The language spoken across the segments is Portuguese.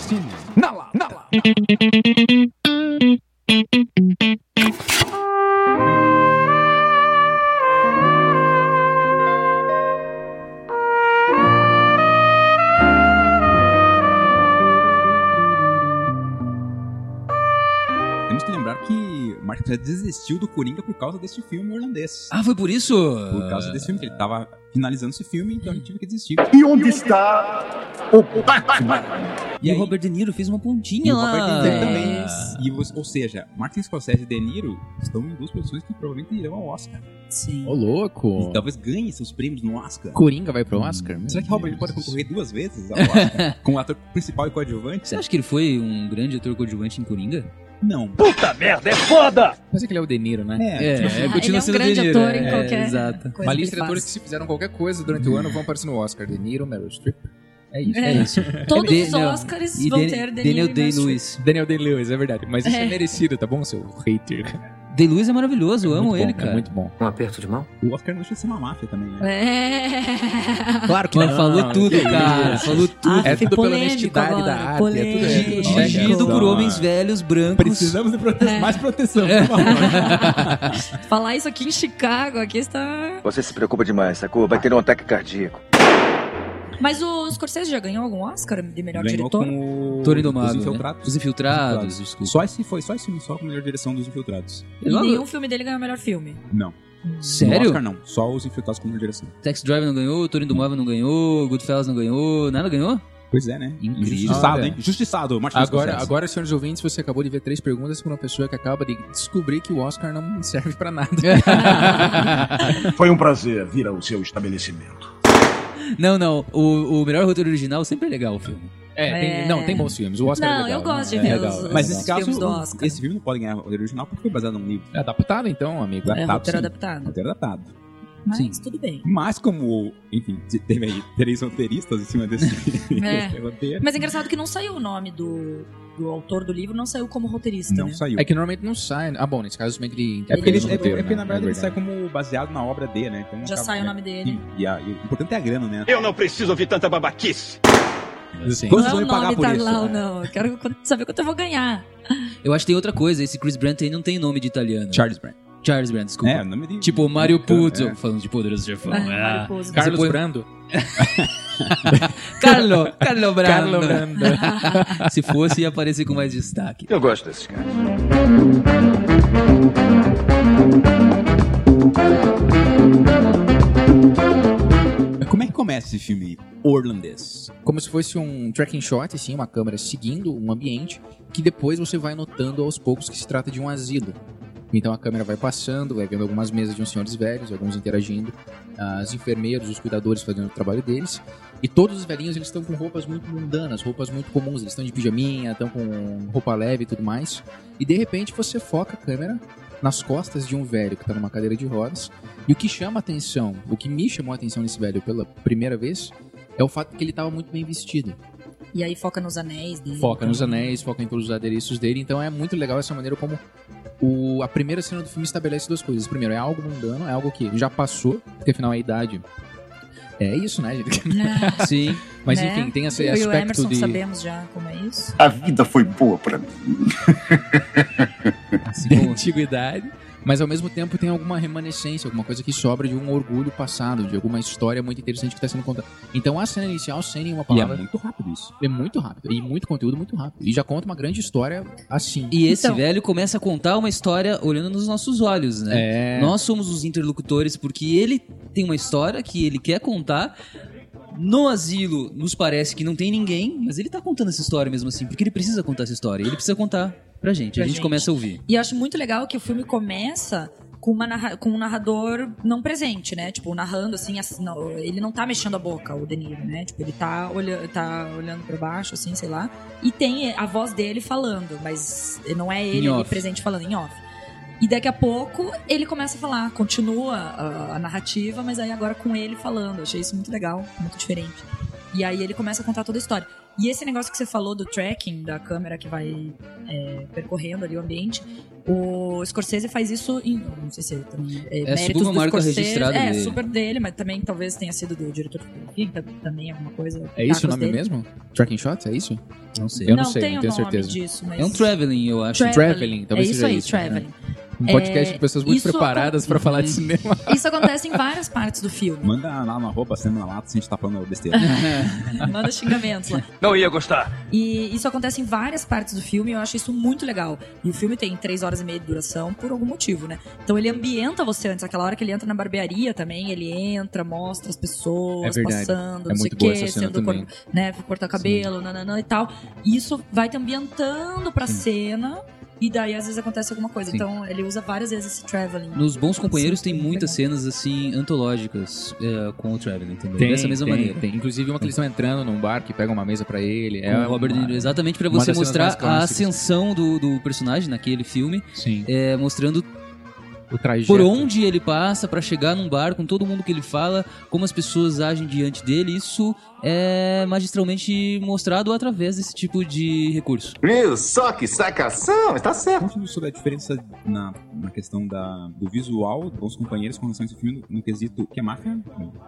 sim, na lata. Na lata. Temos que lembrar que o Mark já desistiu do Coringa por causa deste filme holandês. Ah, foi por isso? Por causa desse filme, que ele tava finalizando esse filme, então ele tive que desistir. E onde está o Batman? E, o Robert De Niro fez uma pontinha E o lá. Robert De Niro também. E, os- ou seja, Martin Scorsese e De Niro estão em duas produções que provavelmente irão ao Oscar. Sim. Ô, louco. E talvez ganhe seus prêmios no Oscar. Coringa vai pro Oscar? Meu Será que Robert Deus. pode concorrer duas vezes ao Oscar? com o ator principal e coadjuvante? Você acha que ele foi um grande ator coadjuvante em Coringa? Não. Puta merda, é foda! Mas é que ele é o De Niro, né? É. Ah, ele é um grande De Niro, ator em é, qualquer Exato. coisa Uma que lista de ele atores que faz. se fizeram qualquer coisa durante o ano vão aparecer no Oscar. De Niro, Meryl Streep. É isso. É. É isso. Todos os Daniel- Oscars E vão Dan- ter Daniel Daniel Day-Lewis. Day-Lewis. Daniel Day-Lewis, é verdade. Mas isso é. É. merecido, tá bom, seu hater? Day-Lewis é maravilhoso, eu amo Muito bom, ele, É cara. muito bom. Um aperto de mão? O Oscar não deixa de ser uma máfia também, né? É. Claro Mano, falou tudo, cara. Ah, Falou tudo. É Ah, tudo pela polêmico honestidade agora, da arte. É tudo polêmico. ético, Dirigido checa. Dirigido por Não, homens é. velhos, brancos. Precisamos de prote- É. mais proteção, por favor. Falar isso aqui em Chicago, aqui está. Você se preocupa demais, sacou? Vai ter um ataque cardíaco. Mas o Scorsese já ganhou algum Oscar de melhor Ganhou diretor? com o... Toro Indomável, Os né? Infiltrados. Os Infiltrados, Os desculpa. Só esse, foi só esse filme, só com a melhor direção dos Infiltrados. E logo- Nenhum filme dele ganhou melhor filme. Não. No Sério? Oscar não, só os Infiltrados com a melhor direção. Tax Drive não ganhou, Torino do Móvel não ganhou, Goodfellas não ganhou, nada ganhou? Pois é, né? Incrível. Injustiçado, Olha. hein? Injustiçado, Martin Agora, Scorsese. agora, senhores ouvintes, você acabou de ver três perguntas para uma pessoa que acaba de descobrir que o Oscar não serve pra nada. Foi um prazer vir ao seu estabelecimento. não, não. O, o melhor roteiro original sempre é legal o filme. É, tem- É. não, tem bons filmes. O Oscar é Não, legal. eu gosto de né? ver é legal, os- é Mas legal. nesse Os caso, filmes do Oscar. esse filme não pode ganhar o roteiro original porque foi baseado num livro. É adaptado, então, amigo. É Adaptado, roteiro sim. adaptado. Roteiro adaptado. Mas Sim. tudo bem. Mas como, enfim, te- teve aí três roteiristas em cima desse, É. desse roteiro, Mas é engraçado que não saiu o nome do, do autor do livro, não saiu como roteirista. não né? então saiu. É que normalmente não sai. Ah, bom, nesse caso, meio que ele É porque, ele, interpreta no é- roteiro, é porque, né? na verdade ele É sai como baseado na obra dele, né? Então, Já acaba- saiu o nome é. dele. Sim, E, a- e o importante é a grana, né? Eu não preciso ouvir tanta babaquice. Assim. Quantos Não é vão o me pagar nome por isso? Tarlau, É. não. Eu quero saber quanto eu vou ganhar. Eu acho que tem outra coisa, esse Chris Brandt aí não tem nome de italiano. Charles Brand. Charles Brandt, desculpa. É, o nome dele. Tipo Mario Puzo, É. falando de Poderoso Chefão. Ah, Ah. Mariposa. Carlos Você põe- Brando. Carlo, Carlo Brando. Carlos Brando. Se fosse, ia aparecer com mais destaque. Eu gosto desses caras. Como é que começa esse filme holandês? Como se fosse um tracking shot, assim, uma câmera seguindo um ambiente, que depois você vai notando aos poucos que se trata de um asilo. Então a câmera vai passando, vai vendo algumas mesas de uns senhores velhos, alguns interagindo, as enfermeiras, os cuidadores fazendo o trabalho deles. E todos os velhinhos eles estão com roupas muito mundanas, roupas muito comuns, eles estão de pijaminha, estão com roupa leve e tudo mais. E de repente você foca a câmera nas costas de um velho que está numa cadeira de rodas. E o que chama a atenção, o que me chamou a atenção nesse velho pela primeira vez, é o fato que ele estava muito bem vestido. E aí foca nos anéis dele. Foca nos anéis, foca em todos os adereços dele. Então é muito legal essa maneira como o, a primeira cena do filme estabelece duas coisas. Primeiro, é algo mundano, é algo que já passou, porque afinal a idade. É isso, né, gente? Sim. Mas Né? enfim, tem Eu esse e o aspecto Emerson de. Ah. sabemos já como é isso. A vida foi boa pra mim. Assim de como- antiguidade, mas ao mesmo tempo tem alguma remanescência, alguma coisa que sobra de um orgulho passado, de alguma história muito interessante que está sendo contada. Então a cena inicial, sem uma E é palavra, muito rápido isso. é muito rápida e muito conteúdo muito rápido. E já conta uma grande história assim. E esse Então. velho começa a contar uma história olhando nos nossos olhos, né? É. Nós somos os interlocutores porque ele tem uma história que ele quer contar. No asilo, nos parece que não tem ninguém, mas ele tá contando essa história mesmo assim, porque ele precisa contar essa história. Ele precisa contar pra gente. Pra a gente, gente. começa a ouvir. E eu acho muito legal que o filme começa com, uma narra- com um narrador não presente, né? Tipo, narrando assim, assim, não, ele não tá mexendo a boca, o De Niro, né? Tipo, ele tá, olha, tá olhando pra baixo, assim, sei lá. E tem a voz dele falando, mas não é Em ele ali off. presente falando em off. E daqui a pouco ele começa a falar, continua a, a narrativa, mas aí agora com ele falando. Eu Achei isso muito legal, muito diferente. E aí ele começa a contar toda a história. E esse negócio que você falou do tracking, da câmera que vai é, percorrendo ali o ambiente, o Scorsese faz isso em. Não sei se ele também. É, É, méritos super do marca Scorsese, registrada É, dele. super dele, mas também talvez tenha sido do diretor de fotografia, então também alguma coisa. É isso o tacos nome dele. mesmo? Tracking Shot? É isso? Não sei. Eu não sei, tem não o tenho nome certeza. disso, mas- É um traveling, eu acho. Traveling. Traveling, talvez é isso seja aí, isso, traveling. Um É, podcast de pessoas muito isso preparadas pra falar de cinema. Isso acontece em várias partes do filme. Manda lá no arroba cena na lata se a gente tá falando besteira. Manda xingamentos lá. Não ia gostar. E isso acontece em várias partes do filme e eu acho isso muito legal. E o filme tem três horas e meia de duração por algum motivo, né? Então ele ambienta você antes. Aquela hora que ele entra na barbearia também, ele entra, mostra as É pessoas verdade. passando, É não sei muito o boa quê, essa cena sendo também. cor, né, cortar cabelo, nananã e tal. E isso vai te ambientando pra cena e daí às vezes acontece alguma coisa. Sim. Então ele usa várias vezes esse traveling. Nos Bons Companheiros tem Sim, muitas legal. cenas, assim, antológicas é, com o traveling, entendeu? Dessa mesma maneira. Tem. Inclusive uma que eles estão entrando num bar que pega uma mesa pra ele. É, É o Robert De Niro, exatamente pra uma você das cenas mostrar mais a clássicas. ascensão do, do personagem naquele filme, Sim. é, mostrando O trajeto. por onde ele passa pra chegar num bar com todo mundo que ele fala, como as pessoas agem diante dele. Isso é magistralmente mostrado através desse tipo de recurso. Viu? Só que sacação, está certo. Conte-nos sobre a diferença na, na questão da, do visual dos bons companheiros com relação a esse filme no, no quesito que é máfia,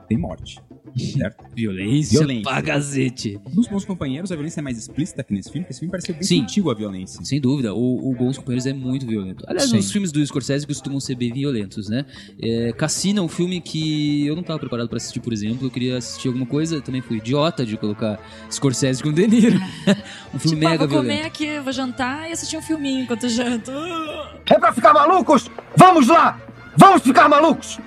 tem morte. Certo? Violência, Violência. pra gazete. Nos bons companheiros, a violência é mais explícita que nesse filme, porque esse filme parece bem Sim. antigo a violência. Sem dúvida, o, o Bons Companheiros é muito violento. Aliás, Sim. os filmes do Scorsese costumam ser bem violentos, né? É, Cassino é um filme que eu não tava preparado pra assistir, por exemplo. Eu queria assistir alguma coisa, também fui idiota de colocar Scorsese com De Niro. um filme Tipo, ah, mega vou violento. comer aqui, vou jantar e assistir um filminho enquanto eu janto. Ah! É pra ficar malucos? Vamos lá! Vamos ficar malucos!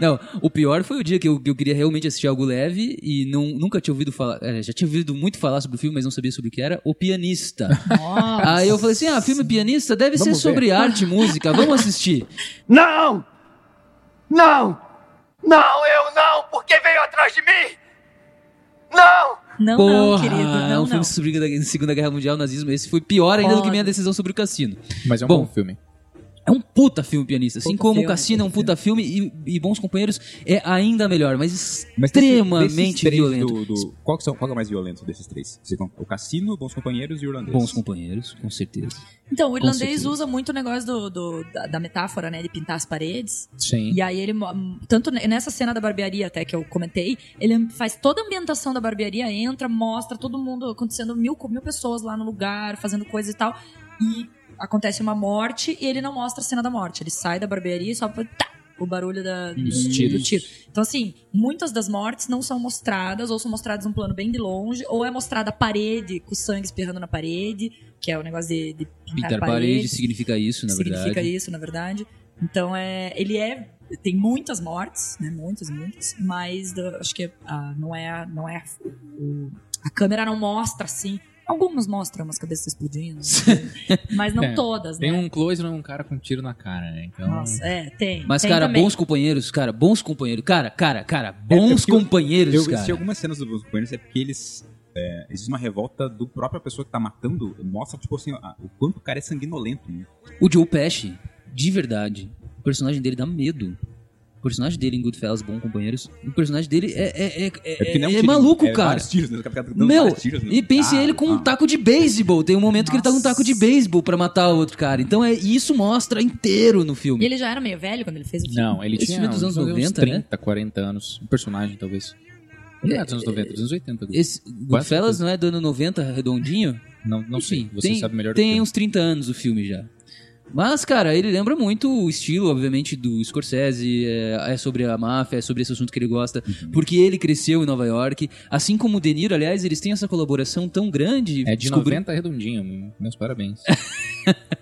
Não, o pior foi o dia que eu, que eu queria realmente assistir algo leve e não, nunca tinha ouvido falar. é, já tinha ouvido muito falar sobre o filme, mas não sabia sobre o que era. O Pianista. Aí eu falei assim: ah, filme Pianista deve Vamos ser sobre arte e música, vamos assistir. Não! Não! Não, eu não! Porque veio atrás de mim! Não! Não, não, Porra, querido. é um Não, não. filme sobre a Segunda Guerra Mundial, nazismo. Esse foi pior ainda do que Foda. minha decisão sobre o Cassino. Mas é um Bom, bom, filme. É um puta filme pianista, assim Puta como o filme, Cassino é um puta filme, e, e Bons Companheiros é ainda melhor, mas Mas desse- desses extremamente três violento. do- do- qual, que são, qual que é o mais violento desses três? Vocês vão- O Cassino, Bons Companheiros e o Irlandês. Bons Companheiros, com certeza. Então, o irlandês certeza. usa muito o negócio do, do- da, da metáfora, né? De pintar as paredes. Sim. E aí ele. mo- Tanto ne- nessa cena da barbearia até que eu comentei, ele faz toda a ambientação da barbearia, entra, mostra todo mundo acontecendo mil, co- mil pessoas lá no lugar, fazendo coisa e tal. E acontece uma morte e ele não mostra a cena da morte. Ele sai da barbearia e só. põe tá, o barulho da, Dos do- tiros. do tiro. Então, assim, muitas das mortes não são mostradas, ou são mostradas num plano bem de longe, ou é mostrada a parede, com sangue espirrando na parede, que é o negócio de, de pintar, Pintar parede significa isso, na significa verdade. isso, na verdade. Então, é, ele é. Tem muitas mortes, né? Muitas, muitas, mas do- acho que ah, não é. a- Não é a- o- a câmera não mostra assim. Algumas mostram umas cabeças explodindo, assim, mas não É, todas, Tem né? um close num cara com um tiro na cara, né? Então. Nossa, é, tem. um Mas, tem cara, também. bons companheiros, cara, bons companheiros. Cara, cara, cara, É, é bons porque eu- companheiros, Eu assisti cara. algumas cenas do Bons Companheiros, é porque eles... é, existe uma revolta do própria pessoa que tá matando, mostra, tipo assim, a- o quanto o cara é sanguinolento, né? O Joe Pesci, de verdade, o personagem dele dá medo. O personagem dele em Goodfellas, Bons Companheiros, o personagem dele é, é, é, é, porque não é um tiro, maluco, é cara. vários tiros, né? O cara fica dando Meu, vários tiros, né? e pense Ah, ele com um ah. taco de beisebol. Tem um momento que ele tá com um taco de beisebol pra matar o outro cara. Então é isso mostra inteiro no E filme. ele já era meio velho quando ele fez o filme. Não, ele Esse tinha filme é dos anos uns- uns 90, né? 30, 40 anos. Um personagem, talvez. Não é dos anos 90, dos anos 80. Gugu. Esse Goodfellas não é do ano 90 redondinho? Não, não sei, Enfim, você tem- sabe melhor do que Tem eu. uns 30 anos o filme já. Mas, cara, ele lembra muito o estilo, obviamente, do Scorsese. É, é sobre a máfia, é sobre esse assunto que ele gosta. Uhum. Porque ele cresceu em Nova York. Assim como o De Niro, aliás, eles têm essa colaboração tão grande. É de Descobri- 90 redondinho, meus parabéns.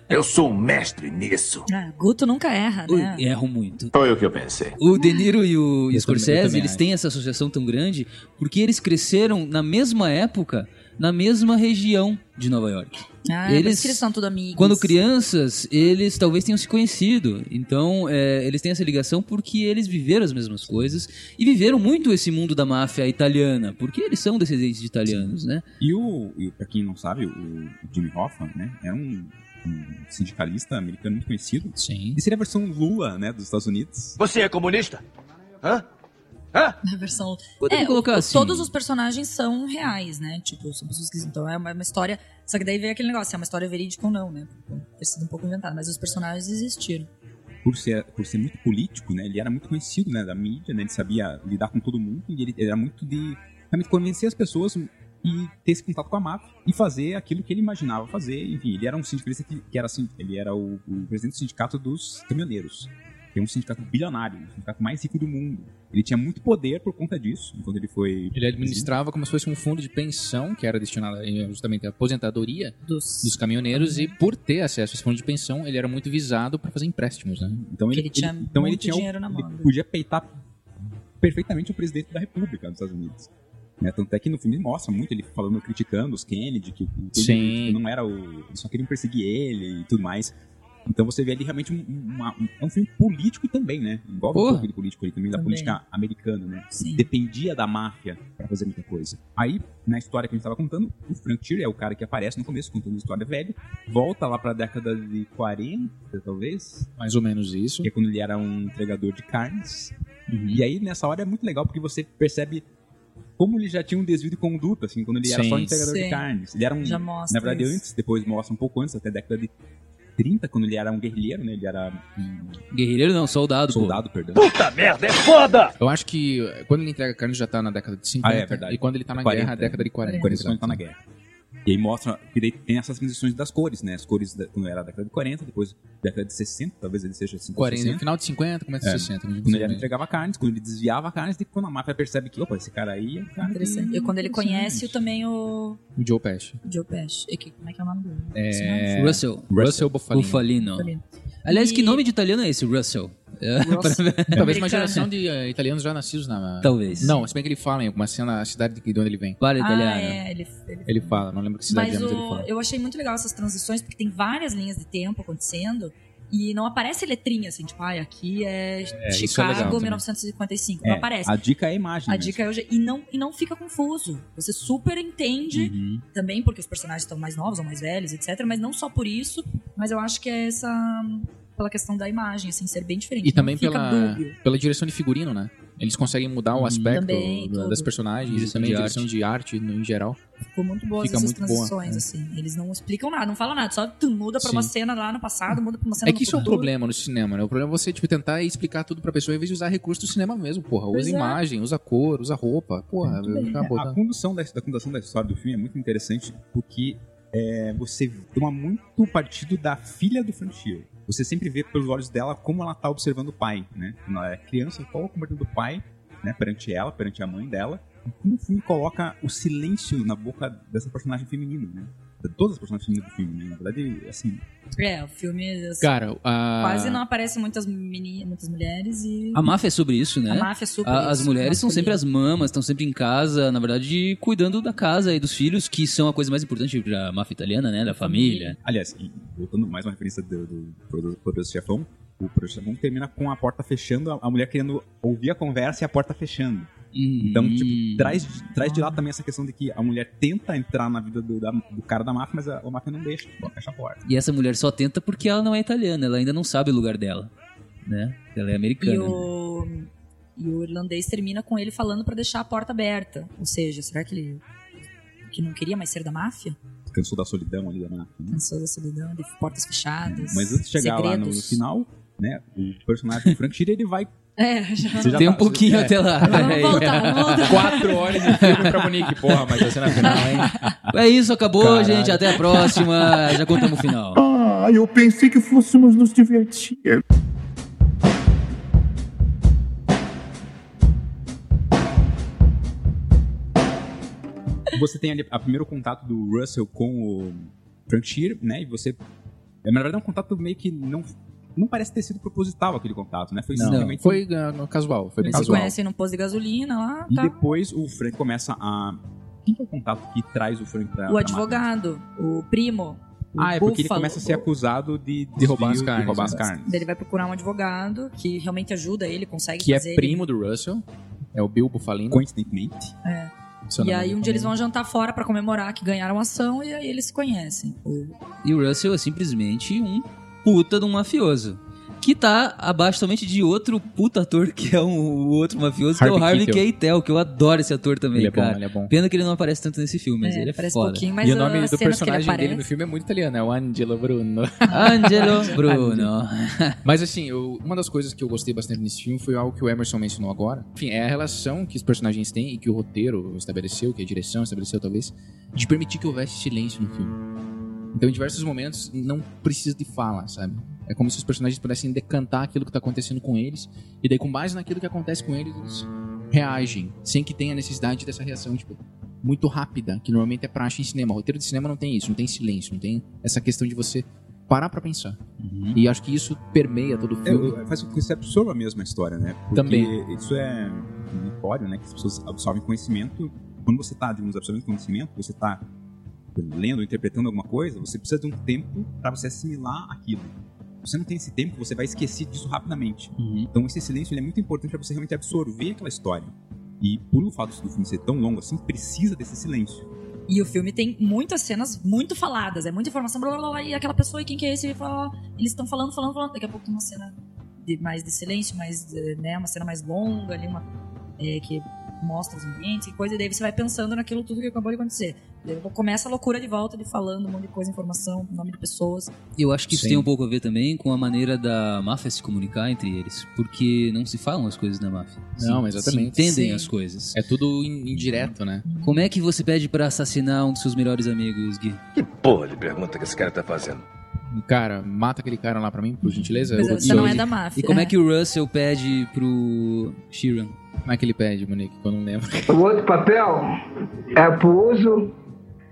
Eu sou um mestre nisso. Ah, Guto nunca erra, Ui, né? Erram muito. Foi o que eu pensei. O De Niro e o e o Eu também- eu Scorsese, também eles acho. têm essa associação tão grande porque eles cresceram na mesma época, na mesma região de Nova York. Ah, eles, Eles- eles são tudo amigos. Quando crianças, eles talvez tenham se conhecido. Então, é, eles têm essa ligação porque eles viveram as mesmas coisas e viveram muito esse mundo da máfia italiana, porque eles são descendentes de italianos, né? E o, e pra quem não sabe, o Jimmy Hoffa, né, era um, um sindicalista americano muito conhecido. Sim. E seria a versão Lula, né, dos Estados Unidos. Você é comunista? Hã? Na versão. Podemos É, colocar assim. Todos os personagens são reais, né? Tipo, são pessoas que. Então é uma, uma história. Só que daí veio aquele negócio, se é uma história verídica ou não, né? Ter sido um pouco inventado. Mas os personagens existiram. por ser, por ser muito político, né? Ele era muito conhecido, né? Da mídia, né? Ele sabia lidar com todo mundo e ele era muito de realmente convencer as pessoas e ter esse contato com a máfia e fazer aquilo que ele imaginava fazer. Enfim, ele era um sindicalista que, que era assim, ele era o, o presidente do sindicato dos caminhoneiros. Que é um sindicato bilionário, o sindicato mais rico do mundo. Ele tinha muito poder por conta disso, quando ele foi Ele administrava como se fosse um fundo de pensão que era destinado eh, justamente à aposentadoria Dos. dos caminhoneiros e por ter acesso a esse fundo de pensão, ele era muito visado para fazer empréstimos, né? Então ele, Porque ele tinha ele- então ele muito tinha o- dinheiro na ele mão. né? podia peitar perfeitamente o presidente da República nos Estados Unidos. Né? Tanto é que no filme mostra muito ele falando, criticando os Kennedy, que o Kennedy Sim. não era o. Eles só queriam perseguir ele e tudo mais. Então você vê ali realmente um, uma- um- é um filme político também, né? Envolve um Porra. pouco de político ali também, da Também. política americana, né? Sim. Dependia da máfia pra fazer muita coisa. Aí, na história que a gente tava contando, o Frank Tier é o cara que aparece no começo contando a história velha, volta lá pra década de 40, talvez, Mais ou menos isso. que é quando ele era um entregador de carnes. Uhum. E aí, nessa hora, é muito legal, porque você percebe como ele já tinha um desvio de conduta, assim, quando ele era Sim. só um entregador de Sim. carnes. Ele era um, Já na mostra. verdade, isso. antes, depois mostra um pouco antes, até a década de 30, quando ele era um guerrilheiro, né? Ele era um Guerrilheiro não, soldado, pô. soldado, perdão. Puta merda, é foda! Eu acho que eh, quando ele entrega carne já tá na década de 50 Ah, é verdade. e quando ele tá na 40, guerra, a década de 40. Quando ele tá exato. na guerra. E aí mostra que daí tem essas transições das cores, né? As cores da, quando era a década de 40, depois década de 60, talvez ele seja 50, 40, 60. no final de 50, começo É. de né? 60. mais ou Quando ele menos. entregava carnes, quando ele desviava carnes, e quando a máfia percebe que, opa, esse cara aí é um cara que- Interessante. E quando ele conhece o- também o O Joe Pesci. Joe Pesci. E que- Como é que é o nome dele? É... Russell. Russell Bofalino. Bufalino. Bufalino. Aliás, que E- nome de italiano é esse? Russell. É, Talvez Americano. uma geração de eh, italianos já nascidos na... Talvez. Não, se bem que ele fala em alguma cena, a cidade de de onde ele vem. Para Ah, italiano. é. Ele, ele Ele fala, não lembro que cidade Mas é, mas ele o, fala. eu achei muito legal essas transições, porque tem várias linhas de tempo acontecendo e não aparece letrinha assim, tipo, ai, aqui é, isso é legal Chicago também. 1955. É, Não aparece. A dica é a imagem. A né? dica é hoje. E não, e não fica confuso. Você super entende Uhum. também, porque os personagens estão mais novos ou mais velhos, etc. Mas não só por isso, mas eu acho que é essa. pela questão da imagem, assim, ser bem diferente. E Não também fica pela, dúbio. Uhum. pela direção de figurino, né? Eles conseguem mudar o aspecto Também, da- tudo. das personagens Direção e também de a direção arte. Uhum. de arte no- em geral. Ficou muito boas Fica essas muito boa, transições, é. assim. Eles não explicam nada, não falam nada, só tu muda pra Sim. uma cena lá no passado, muda pra uma cena É no que isso é um futuro. problema no cinema, né? O problema é você tipo, tentar explicar tudo pra pessoa em vez de usar recurso do cinema mesmo, porra. Pois Usa é. imagem, usa cor, usa roupa. Porra, acabou. A Tá? condução da, da condução da história do filme é muito interessante porque é, você toma muito partido da filha do Frank Sheeran. Você sempre vê pelos olhos dela como ela tá observando o pai, né? Quando ela é criança, qual é o comportamento do pai, né? Perante ela, perante a mãe dela. E como o filme coloca o silêncio na boca dessa personagem feminina, né? De todas as personagens femininas do filme, né? Na verdade, assim, É, o filme. assim, Cara, ah, a... Quase não aparecem muitas, meni- muitas mulheres e A máfia é sobre isso, a Ah, né? máfia é super. A- as mulheres são sempre masculina. as mamas, estão sempre em casa, na verdade, cuidando da casa e dos filhos, que são a coisa mais importante da máfia italiana, né? Da família. Aliás, e voltando mais uma referência do, do, do Poderoso Chefão, o Poderoso Chefão termina com a porta fechando, a, a mulher querendo ouvir a conversa e a porta fechando. Então, Uhum. tipo, traz, de- traz de lá também essa questão de que a mulher tenta entrar na vida do, da- do cara da máfia, mas a, a máfia não deixa, tipo, fecha a porta. E essa mulher só tenta porque ela não é italiana, ela ainda não sabe o lugar dela, né? Ela é E americana. o, e o irlandês termina com ele falando pra deixar a porta aberta. Ou seja, será que ele. que não queria mais ser da máfia? Cansou da solidão ali da máfia. né? Cansou da solidão, de portas fechadas. Mas antes de chegar lá no segredos. final, né, o personagem do Frank Sheeran, ele vai... É, já. você já Tem um tá- pouquinho até lá. É Vamos voltar, vamos voltar. Quatro horas de filme pra Monique, porra, mas a cena final, hein? É isso, acabou, Caralho. gente. Até a próxima. Já contamos o final. Ah, eu pensei que fôssemos nos divertir. você tem ali a primeiro contato do Russell com o Frank Shear, né? E você. é, Na verdade, é um contato meio que não. Não parece ter sido proposital aquele contato, né? Foi Não. simplesmente. Foi ah, casual, foi bem Eles se casual. conhecem num posto de gasolina lá, E tá? depois o Frank começa a. Quem que é o contato que traz o Frank pra. O pra advogado, o primo. máfia? o tá Ah, é porque ele búfalo, começa a ser o- acusado de, De roubar as desvio, carnes, De roubar né? as carnes. Daí Ele vai procurar um advogado que realmente ajuda ele, consegue Que é fazer ele- primo do Russell, é o Bill Bufalino. Coincidentemente. se eu não E me aí um engano. dia eles vão jantar fora pra comemorar que ganharam a ação e aí eles se conhecem. O- E o Russell é simplesmente um puta de um mafioso. que tá abaixo somente de outro puta ator que é um, o outro mafioso, que é o Harvey Harvey Keitel. Keitel. que eu adoro esse ator também, Ele é bom, cara. ele é bom. Pena que ele não aparece tanto nesse filme, mas ele é parece foda. pouquinho, mas e o nome as do cenas que ele personagem aparece... dele no filme é muito italiano, é o Angelo Bruno. Angelo Bruno. Mas assim, eu- uma das coisas que eu gostei bastante nesse filme foi algo que o Emerson mencionou agora. Enfim, é a relação que os personagens têm e que o roteiro estabeleceu, que a direção estabeleceu talvez, de permitir que houvesse silêncio no filme. Então, em diversos momentos, não precisa de fala, sabe? É como se os personagens pudessem decantar aquilo que tá acontecendo com eles, e daí, com base naquilo que acontece com eles, eles reagem, sem que tenha necessidade dessa reação, tipo, muito rápida, que normalmente é praxe em cinema. Roteiro de cinema não tem isso, não tem silêncio, não tem essa questão de você parar pra pensar. E acho que isso permeia todo o É, filme. eu- faz com que você absorva mesmo a história, né? Porque Uhum. Também. isso é notório, né? Que as pessoas absorvem conhecimento. Quando você tá, digamos, absorvendo conhecimento, você tá lendo, interpretando alguma coisa, você precisa de um tempo para você assimilar aquilo. Você não tem esse tempo, você vai esquecer disso rapidamente. Uhum. Então esse silêncio ele é muito importante para você realmente absorver aquela história. E por o fato do filme ser tão longo assim, precisa desse silêncio. E o filme tem muitas cenas muito faladas, é muita informação, blá blá blá, blá, e aquela pessoa, e quem que é esse? E fala, ó, eles estão falando, falando, falando, daqui a pouco tem uma cena de- mais de silêncio, mais, eh, né, uma cena mais longa, ali, uma, eh, que mostra os ambientes e coisa, e daí você vai pensando naquilo tudo que acabou de acontecer. Daí Começa a loucura de volta, de falando um monte de coisa, informação, nome de pessoas. Eu acho que isso Sim. tem um pouco a ver também com a maneira da máfia se comunicar entre eles, porque não se falam as coisas na máfia. Não, Se- exatamente. Se entendem Sim. as coisas. É tudo in- indireto, né? Como é que você pede pra assassinar um dos seus melhores amigos, Gui? Que porra de pergunta que esse cara tá fazendo? Cara, mata aquele cara lá pra mim, por gentileza. Mas Eu- você e- não é da máfia. E como é que o Russell pede pro Sheeran? Como é que ele pede, Monique? Que eu não lembro. O outro papel é pro uso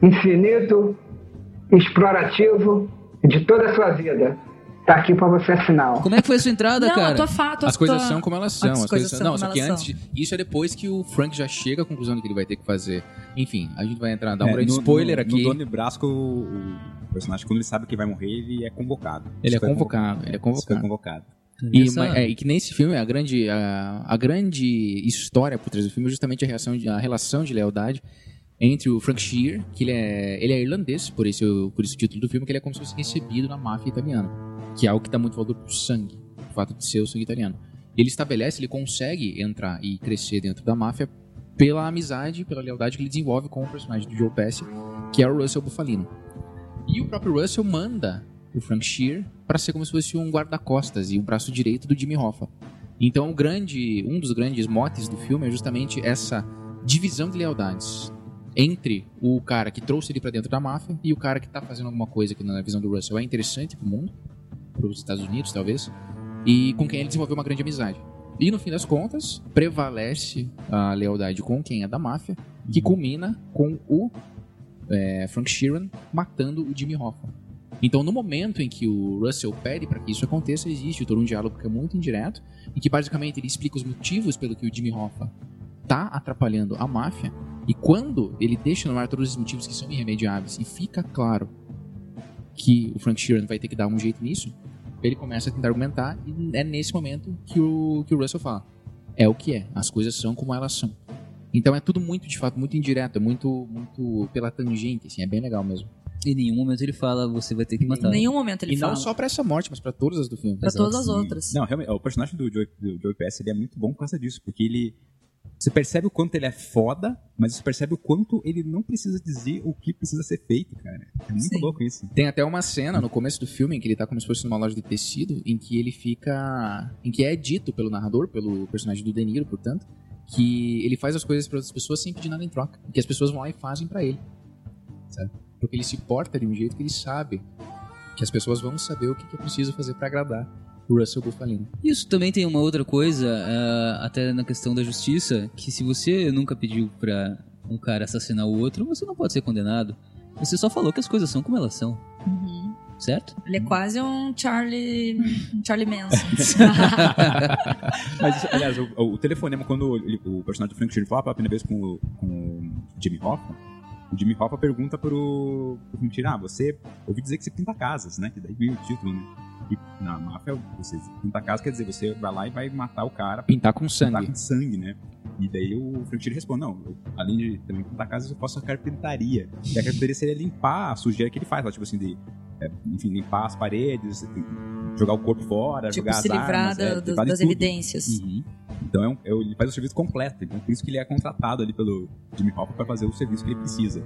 infinito, explorativo de toda a sua vida. Tá aqui pra você assinar. ó. Como é que foi a sua entrada, Não, cara? a tua fato. As coisas são como elas são. as As, coisas coisas são Não, como só que elas antes. de- Isso é depois que o Frank já chega à conclusão do que ele vai ter que fazer. Enfim, a gente vai entrar, dar um É, grande no- spoiler no, aqui. No Donnie Brasco, o, o personagem, quando ele sabe que vai morrer, ele é convocado. Ele é Isso foi convocado, ele é Isso foi convocado. convocado. E, Essa- ma- é, e que nesse filme, a grande, a, a grande história por trás do filme é justamente a, reação de- a relação de lealdade entre o Frank Shear, que ele é, ele é irlandês, por esse, por esse título do filme, que ele é como se fosse recebido na máfia italiana, que é algo que dá muito valor pro sangue, o fato de ser o sangue italiano. Ele estabelece, ele consegue entrar e crescer dentro da máfia pela amizade, pela lealdade que ele desenvolve com o personagem do Joe Pesci, que é o Russell Bufalino. E o próprio Russell manda o Frank Shear para ser como se fosse um guarda-costas e o braço direito do Jimmy Hoffa. Então, o grande, um dos grandes motes do filme é justamente essa divisão de lealdades entre o cara que trouxe ele para dentro da máfia e o cara que tá fazendo alguma coisa que na visão do Russell é interessante pro mundo, pros Estados Unidos talvez, e com quem ele desenvolveu uma grande amizade. E no fim das contas, prevalece a lealdade com quem é da máfia, que culmina com o é, Frank Sheeran matando o Jimmy Hoffa. Então, no momento em que o Russell pede para que isso aconteça, existe todo um diálogo que é muito indireto e que basicamente ele explica os motivos pelo que o Jimmy Hoffa tá atrapalhando a máfia. E quando ele deixa no ar todos os motivos que são irremediáveis e fica claro que o Frank Sheeran vai ter que dar um jeito nisso, ele começa a tentar argumentar e é nesse momento que o, que o Russell fala: é o que é, as coisas são como elas são. Então é tudo muito, de fato, muito indireto, é muito, muito pela tangente, assim, é bem legal mesmo. Em nenhum momento ele fala, você vai ter que matar. É. Em nenhum momento ele e fala. não só pra essa morte, mas pra todas as do filme. Pra todas as Sim. outras. Não, realmente, o personagem do Joey, do Joey Pass, ele é muito bom por causa disso, porque ele. Você percebe o quanto ele é foda, mas você percebe o quanto ele não precisa dizer o que precisa ser feito, cara. É muito Sim. louco isso. Tem até uma cena no começo do filme em que ele tá como se fosse numa loja de tecido, em que ele fica. em que é dito pelo narrador, pelo personagem do De Niro, portanto, que ele faz as coisas para outras pessoas sem pedir nada em troca. Que as pessoas vão lá e fazem pra ele. Sabe? Porque ele se porta de um jeito que ele sabe que as pessoas vão saber o que que é preciso fazer pra agradar o Russell Bufalino. Isso também tem uma outra coisa, ah, até na questão da justiça, que se você nunca pediu pra um cara assassinar o outro, você não pode ser condenado. Você só falou que as coisas são como elas são, Uhum. certo? Ele é quase um Charlie, um Charlie Manson. Mas, isso- aliás, o, o telefonema, quando ele- o personagem do Frank Sheeran fala pela primeira vez com, o- com o Jimmy Hoffa, o Jimmy Hoffa pergunta pro, pro Frank Sheeran, ah, você ouvi dizer que você pinta casas, né? Que daí vem o título, né? E na máfia, você pinta casa, quer dizer, você vai lá e vai matar o cara Pintar com pintar sangue. com sangue, né? E daí o Franchini responde, não, eu, além de também pintar casas, eu faço a carpintaria. E a carpintaria seria limpar a sujeira que ele faz, lá, tipo assim, de, é, enfim, limpar as paredes, jogar o corpo fora, tipo, jogar se as livrar armas, da- é, das- livrar de das tudo. evidências. Uhum. Então é um- é um- ele faz o serviço completo, então por isso que ele é contratado ali pelo Jimmy Hoffa para fazer o serviço que ele precisa.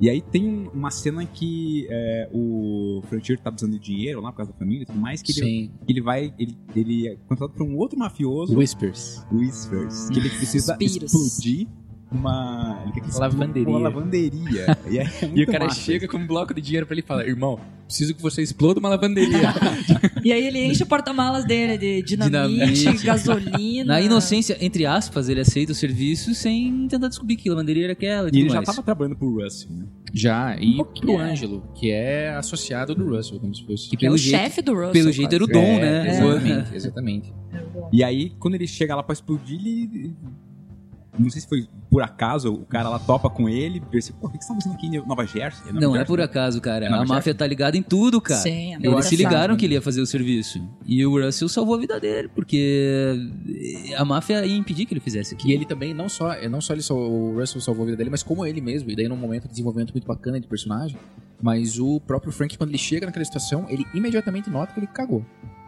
E aí tem um, uma cena que é, o Frontier tá precisando de dinheiro lá por causa da família e tudo mais, que ele, Sim. que ele vai. Ele, ele é contratado por um outro mafioso, Whispers. Whispers, que ele precisa Suspiros. explodir uma. Ele quer que exploda Lavanderia. Uma lavanderia. e, aí é E o muito cara massa. chega com um bloco de dinheiro pra ele e fala: Irmão, preciso que você exploda uma lavanderia. E aí ele enche o porta-malas dele de dinamite, Dinamite. gasolina. É Na inocência, entre aspas, ele aceita o serviço sem tentar descobrir que lavanderia era aquela. E tudo ele já mais. tava trabalhando pro Russell, né? Já, e pouquinho. pro Ângelo, que é associado do Russell, como se fosse. É, Que É pelo o jeito- chefe do Russell. Pelo jeito era o quase. dom, né? Exatamente, exatamente. E aí, quando ele chega lá pra explodir, ele. Não sei se foi por acaso, o cara lá topa com ele, vê se, pô, o que você tá fazendo aqui em Nova Jersey? Não, não é Jersey, por né? acaso, cara. É Nova a Jersey. máfia tá ligada em tudo, cara. Sim, é a Eles máfia se sabe. ligaram que ele ia fazer o serviço. E o Russell salvou a vida dele, porque a máfia ia impedir que ele fizesse aquilo. E ele também, não só, eh, não só ele sal- o Russell salvou a vida dele, mas como ele mesmo, e daí num momento de desenvolvimento muito bacana de personagem. Mas o próprio Frank, quando ele chega naquela situação, ele imediatamente nota que ele cagou.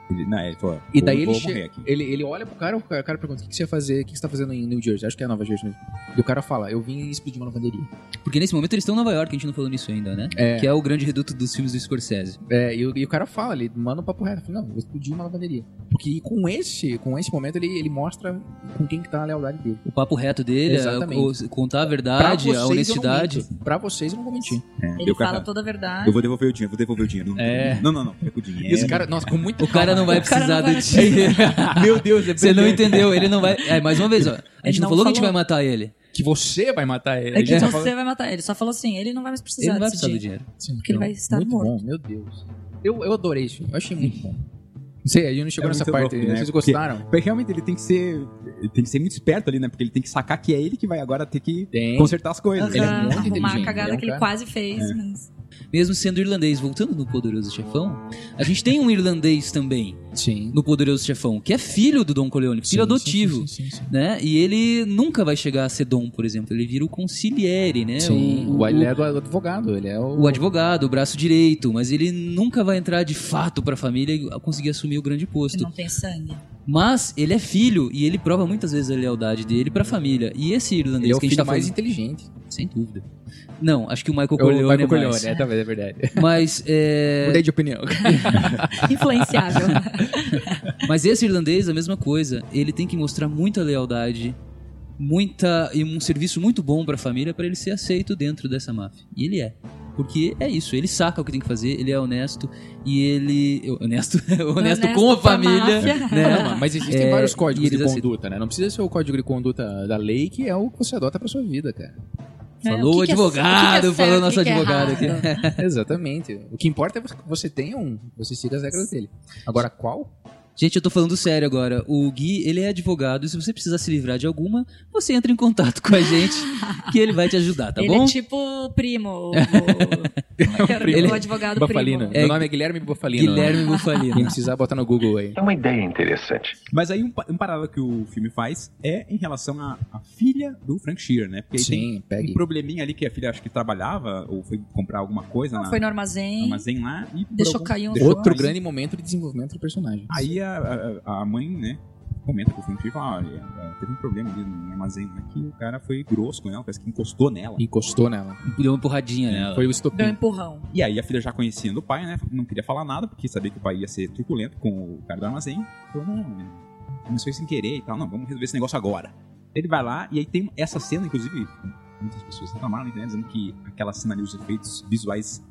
Ele, não, ele falou, E daí vou- ele vou morrer chega. aqui. né?" Ele, ele olha pro cara, o cara o cara pergunta: o que que você ia fazer? O que você tá fazendo em New Jersey? Acho que é Nova Jersey mesmo. E o cara fala: eu vim explodir uma lavanderia. Porque nesse momento eles estão em Nova York, a gente não falou nisso ainda, né? É. Que é o grande reduto dos filmes do Scorsese. É, e, o- e o cara fala, ele manda um papo reto, fala, não, vou explodir uma lavanderia. Porque com esse, com esse momento ele, ele mostra com quem que tá a lealdade dele. O papo reto dele Exatamente. é o- contar a verdade, vocês, eu a não honestidade. minto. Pra vocês eu não vou mentir. É, Ele deu fala cartão. toda a verdade. Eu vou devolver o dinheiro, vou devolver o dinheiro. Não, É. não, não, não, pega o dinheiro. É. Esse cara, nossa, com muito É. O cara não vai O cara precisar não vai do dinheiro. Meu Deus, é Você não entendeu, ele não vai. É, mais uma vez, ó. A gente Ele não, não falou que a gente falou. vai matar ele. que você vai matar ele. É que Ele só você fala- vai matar ele. Só falou assim, ele não vai mais precisar Ele não vai desse precisar do dinheiro. dinheiro. Porque ele vai estar assim, muito morto. bom, meu Deus. Eu, eu adorei isso, eu achei muito bom. Não sei, a gente não chegou É nessa muito parte, louco, né? vocês Porque- gostaram? Mas realmente ele tem que ser. Ele tem que ser muito esperto ali, né? Porque ele tem que sacar que é ele que vai agora ter que Tem. consertar as coisas. né? Ele é Aham, muito arrumar inteligente, a cagada ele é um que ele cara- quase fez. mas- Mesmo sendo irlandês, voltando no Poderoso Chefão, a gente tem um irlandês também Sim. no Poderoso Chefão, que é filho do Don Corleone, filho Sim, adotivo. Sim, sim, sim, sim. Né? E ele nunca vai chegar a ser Dom, por exemplo. Ele vira o conciliere, né? Sim, O, o- ele o, é do advogado, ele é o... o advogado, o braço direito. Mas ele nunca vai entrar de fato pra família e conseguir assumir o grande Ele posto. não tem sangue. Mas ele é filho e ele prova muitas vezes a lealdade dele pra família. E esse irlandês ele é o que a gente filho tá mais falando... inteligente. Sem dúvida. Não, acho que o Michael O Corleone Michael é mais. Corleone, é, talvez, é verdade. Mas, é, Mudei de opinião. Influenciável. Né? mas esse irlandês, a mesma coisa. Ele tem que mostrar muita lealdade, muita e um serviço muito bom pra família pra ele ser aceito dentro dessa máfia. E ele é. Porque é isso, ele saca o que tem que fazer, ele é honesto e ele. Honesto, honesto, com a pra família. máfia. né? Não, mas existem É, vários e códigos de eles aceitam. conduta, né? Não precisa ser o código de conduta da lei, que é o que você adota pra sua vida, cara. É, Falou o que que é- advogado, o que que é certo, falou o que nosso que é advogado aqui. errado? Exatamente. O que importa é que você tenha um, você siga as regras dele. Agora, qual? Gente, eu tô falando sério agora. O Gui, ele é advogado e se você precisar se livrar de alguma, você entra em contato com a gente que ele vai te ajudar, tá ele bom? é tipo o primo. O, o, Ele- o advogado Bafalina. primo. É- Meu nome é Guilherme Bafalina. Guilherme Quem Bufalino. precisar, botar no Google aí. É uma ideia interessante. Mas aí um, pa- um paralelo que o filme faz é em relação à, à filha do Frank Shear, né? Porque aí tem Sim, pegue. um probleminha ali que a filha acho que trabalhava ou foi comprar alguma coisa na, Foi no armazém. armazém lá e por Deixou algum- cair um deixou Outro cair. grande momento de desenvolvimento do personagem. Aí a, a, a mãe, né, comenta com o Frank Sheeran e fala, olha, é, teve um problema ali no armazém, né, que o cara foi grosso com ela, parece que encostou nela. Encostou nela. Deu uma porradinha nela. Foi o Deu um estopim. empurrão. E aí a filha já conhecendo o pai, né, não queria falar nada, porque sabia que o pai ia ser truculento com o cara do armazém. Falou, não, né, começou sem querer e tal, não, vamos resolver esse negócio agora. Ele vai lá, e aí tem essa cena, inclusive, muitas pessoas reclamaram na internet, dizendo que aquela cena ali, os efeitos visuais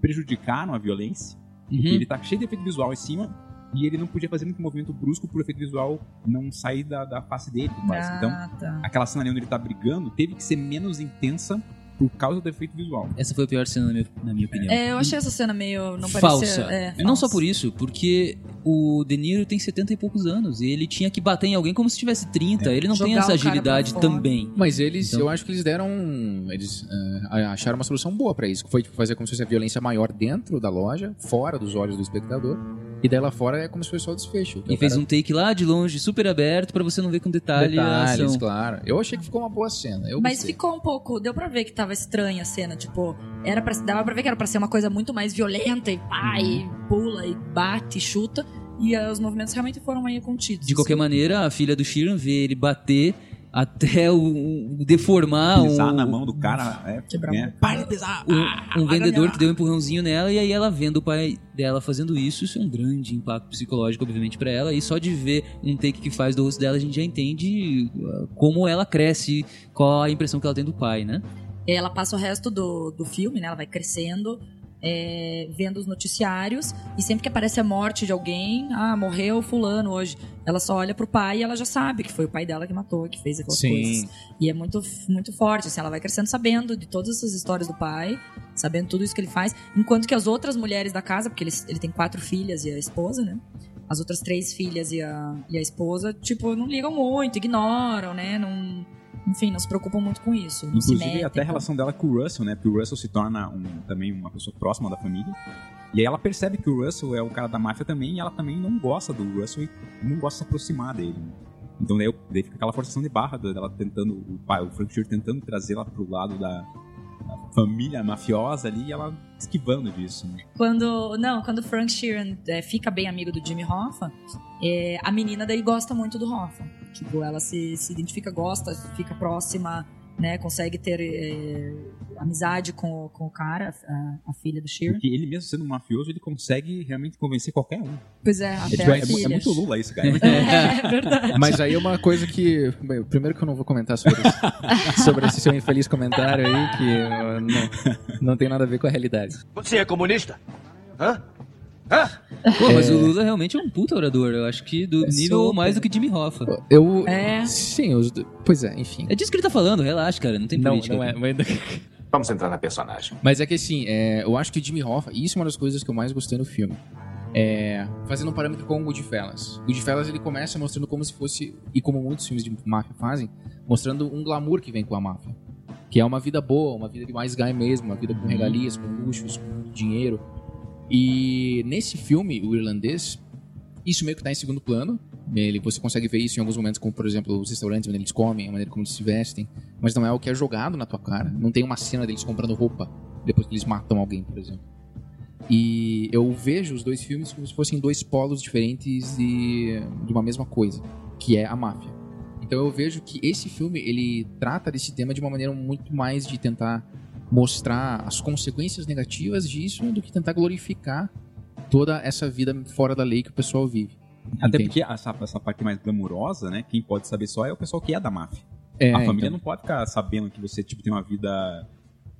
prejudicaram a violência. Uhum. Ele tá cheio de efeito visual em cima e ele não podia fazer muito movimento brusco pro efeito visual não sair da, da face dele, quase. Então, Ah, tá. aquela cena ali onde ele tá brigando teve que ser menos intensa por causa do efeito visual. Essa foi a pior cena, na minha, na minha opinião. É, eu achei essa cena meio. Não falsa. parecia. É, Não falsa. só por isso, porque o De Niro tem 70 e poucos anos e ele tinha que bater em alguém como se tivesse 30. Ele não tem Jogar essa o cara pra agilidade fora. também. Mas eles, Então- eu acho que eles deram. um, Eles ah, acharam uma solução boa pra isso. que Foi tipo, fazer como se fosse a violência maior dentro da loja, fora dos olhos do espectador. E daí lá fora é como se fosse só o desfecho. Então, E fez cara, um take lá de longe, super aberto, pra você não ver com detalhe a detalhes, ação. claro. Eu achei que ficou uma boa cena. Eu Mas gostei. ficou um pouco. Deu pra ver que tava estranha a cena. Tipo, era pra, dava pra ver que era pra ser uma coisa muito mais violenta e pá, e pula, e bate, e chuta. E eh, os movimentos realmente foram meio contidos. De qualquer assim. maneira, a filha do Sheeran vê ele bater até o, o- deformar um, Pisar na mão do cara. É, Quebrar né? Para de pisar! um- Ah, um vendedor que deu um empurrãozinho nela e aí ela vendo o pai dela fazendo isso, isso é um grande impacto psicológico, obviamente, pra ela. E só de ver um take que faz do rosto dela, a gente já entende uh, como ela cresce, qual a impressão que ela tem do pai, né? Ela passa o resto do, do filme, né? Ela vai crescendo, é, vendo os noticiários. E sempre que aparece a morte de alguém, ah, morreu fulano hoje. Ela só olha pro pai e ela já sabe que foi o pai dela que matou, que fez aquelas coisas. Sim. E é muito, muito forte, assim, ela vai crescendo sabendo de todas essas histórias do pai, sabendo tudo isso que ele faz, enquanto que as outras mulheres da casa, porque ele, ele tem quatro filhas e a esposa, né? As outras três filhas e a, e a esposa, tipo, não ligam muito, ignoram, né? Não, enfim, não se preocupam muito com isso. Não se Inclusive, metem. até a relação dela com o Russell, né? Porque o Russell se torna um- também uma pessoa próxima da família. E aí ela percebe que o Russell é um cara da máfia também, e ela também não gosta do Russell e não gosta de se aproximar dele. né. Então daí, eu- daí fica aquela forçação de barra dela tentando, o pai, o Frank Sheeran tentando trazê-la pro lado da, da família mafiosa ali, e ela esquivando disso. Né? Quando, não, quando o Frank Sheeran é, fica bem amigo do Jimmy Hoffa, é, a menina daí gosta muito do Hoffa. Tipo, ela se, se identifica, gosta, fica próxima, né? Consegue ter é, amizade com, o- com o cara, a, a filha do Sheeran. Porque ele mesmo sendo um mafioso, ele consegue realmente convencer qualquer um. Pois é, É, até tipo, é a mu- é filha. muito Lula isso, cara. É muito É verdade. Mas aí é uma coisa que. bem, primeiro que eu não vou comentar sobre, isso- sobre esse seu infeliz comentário aí, que eh, não, não tem nada a ver com a realidade. Você é comunista? Hã? Pô, mas o Lula realmente é um puta orador, eu acho que do É nível super. mais do que Jimmy Hoffa. Eu. É. Sim, os do- pois é, enfim. É disso que ele tá falando, relaxa, cara, não tem Não, política. né? não é. Mas... Vamos entrar na personagem. Mas é que assim, é, eu acho que o Jimmy Hoffa, e isso é uma das coisas que eu mais gostei no filme. É, fazendo um parâmetro com o Goodfellas. O Goodfellas ele começa mostrando como se fosse, e como muitos filmes de máfia fazem, mostrando um glamour que vem com a máfia. Que é uma vida boa, uma vida de mais guy mesmo, uma vida com regalias, com luxos, com dinheiro. E nesse filme, o irlandês, isso meio que tá em segundo plano. Ele, você consegue ver isso em alguns momentos, como por exemplo os restaurantes, onde eles comem, a maneira como eles se vestem. Mas não é o que é jogado na tua cara. Não tem uma cena deles comprando roupa depois que eles matam alguém, por exemplo. E eu vejo os dois filmes como se fossem dois polos diferentes de, de uma mesma coisa, que é a máfia. Então eu vejo que esse filme ele trata desse tema de uma maneira muito mais de tentar mostrar as consequências negativas disso do que tentar glorificar toda essa vida fora da lei que o pessoal vive. Até Entende? porque essa, essa parte mais glamurosa, né? Quem pode saber só é o pessoal que é da máfia. É, a família então. não pode ficar sabendo que você tipo, tem uma vida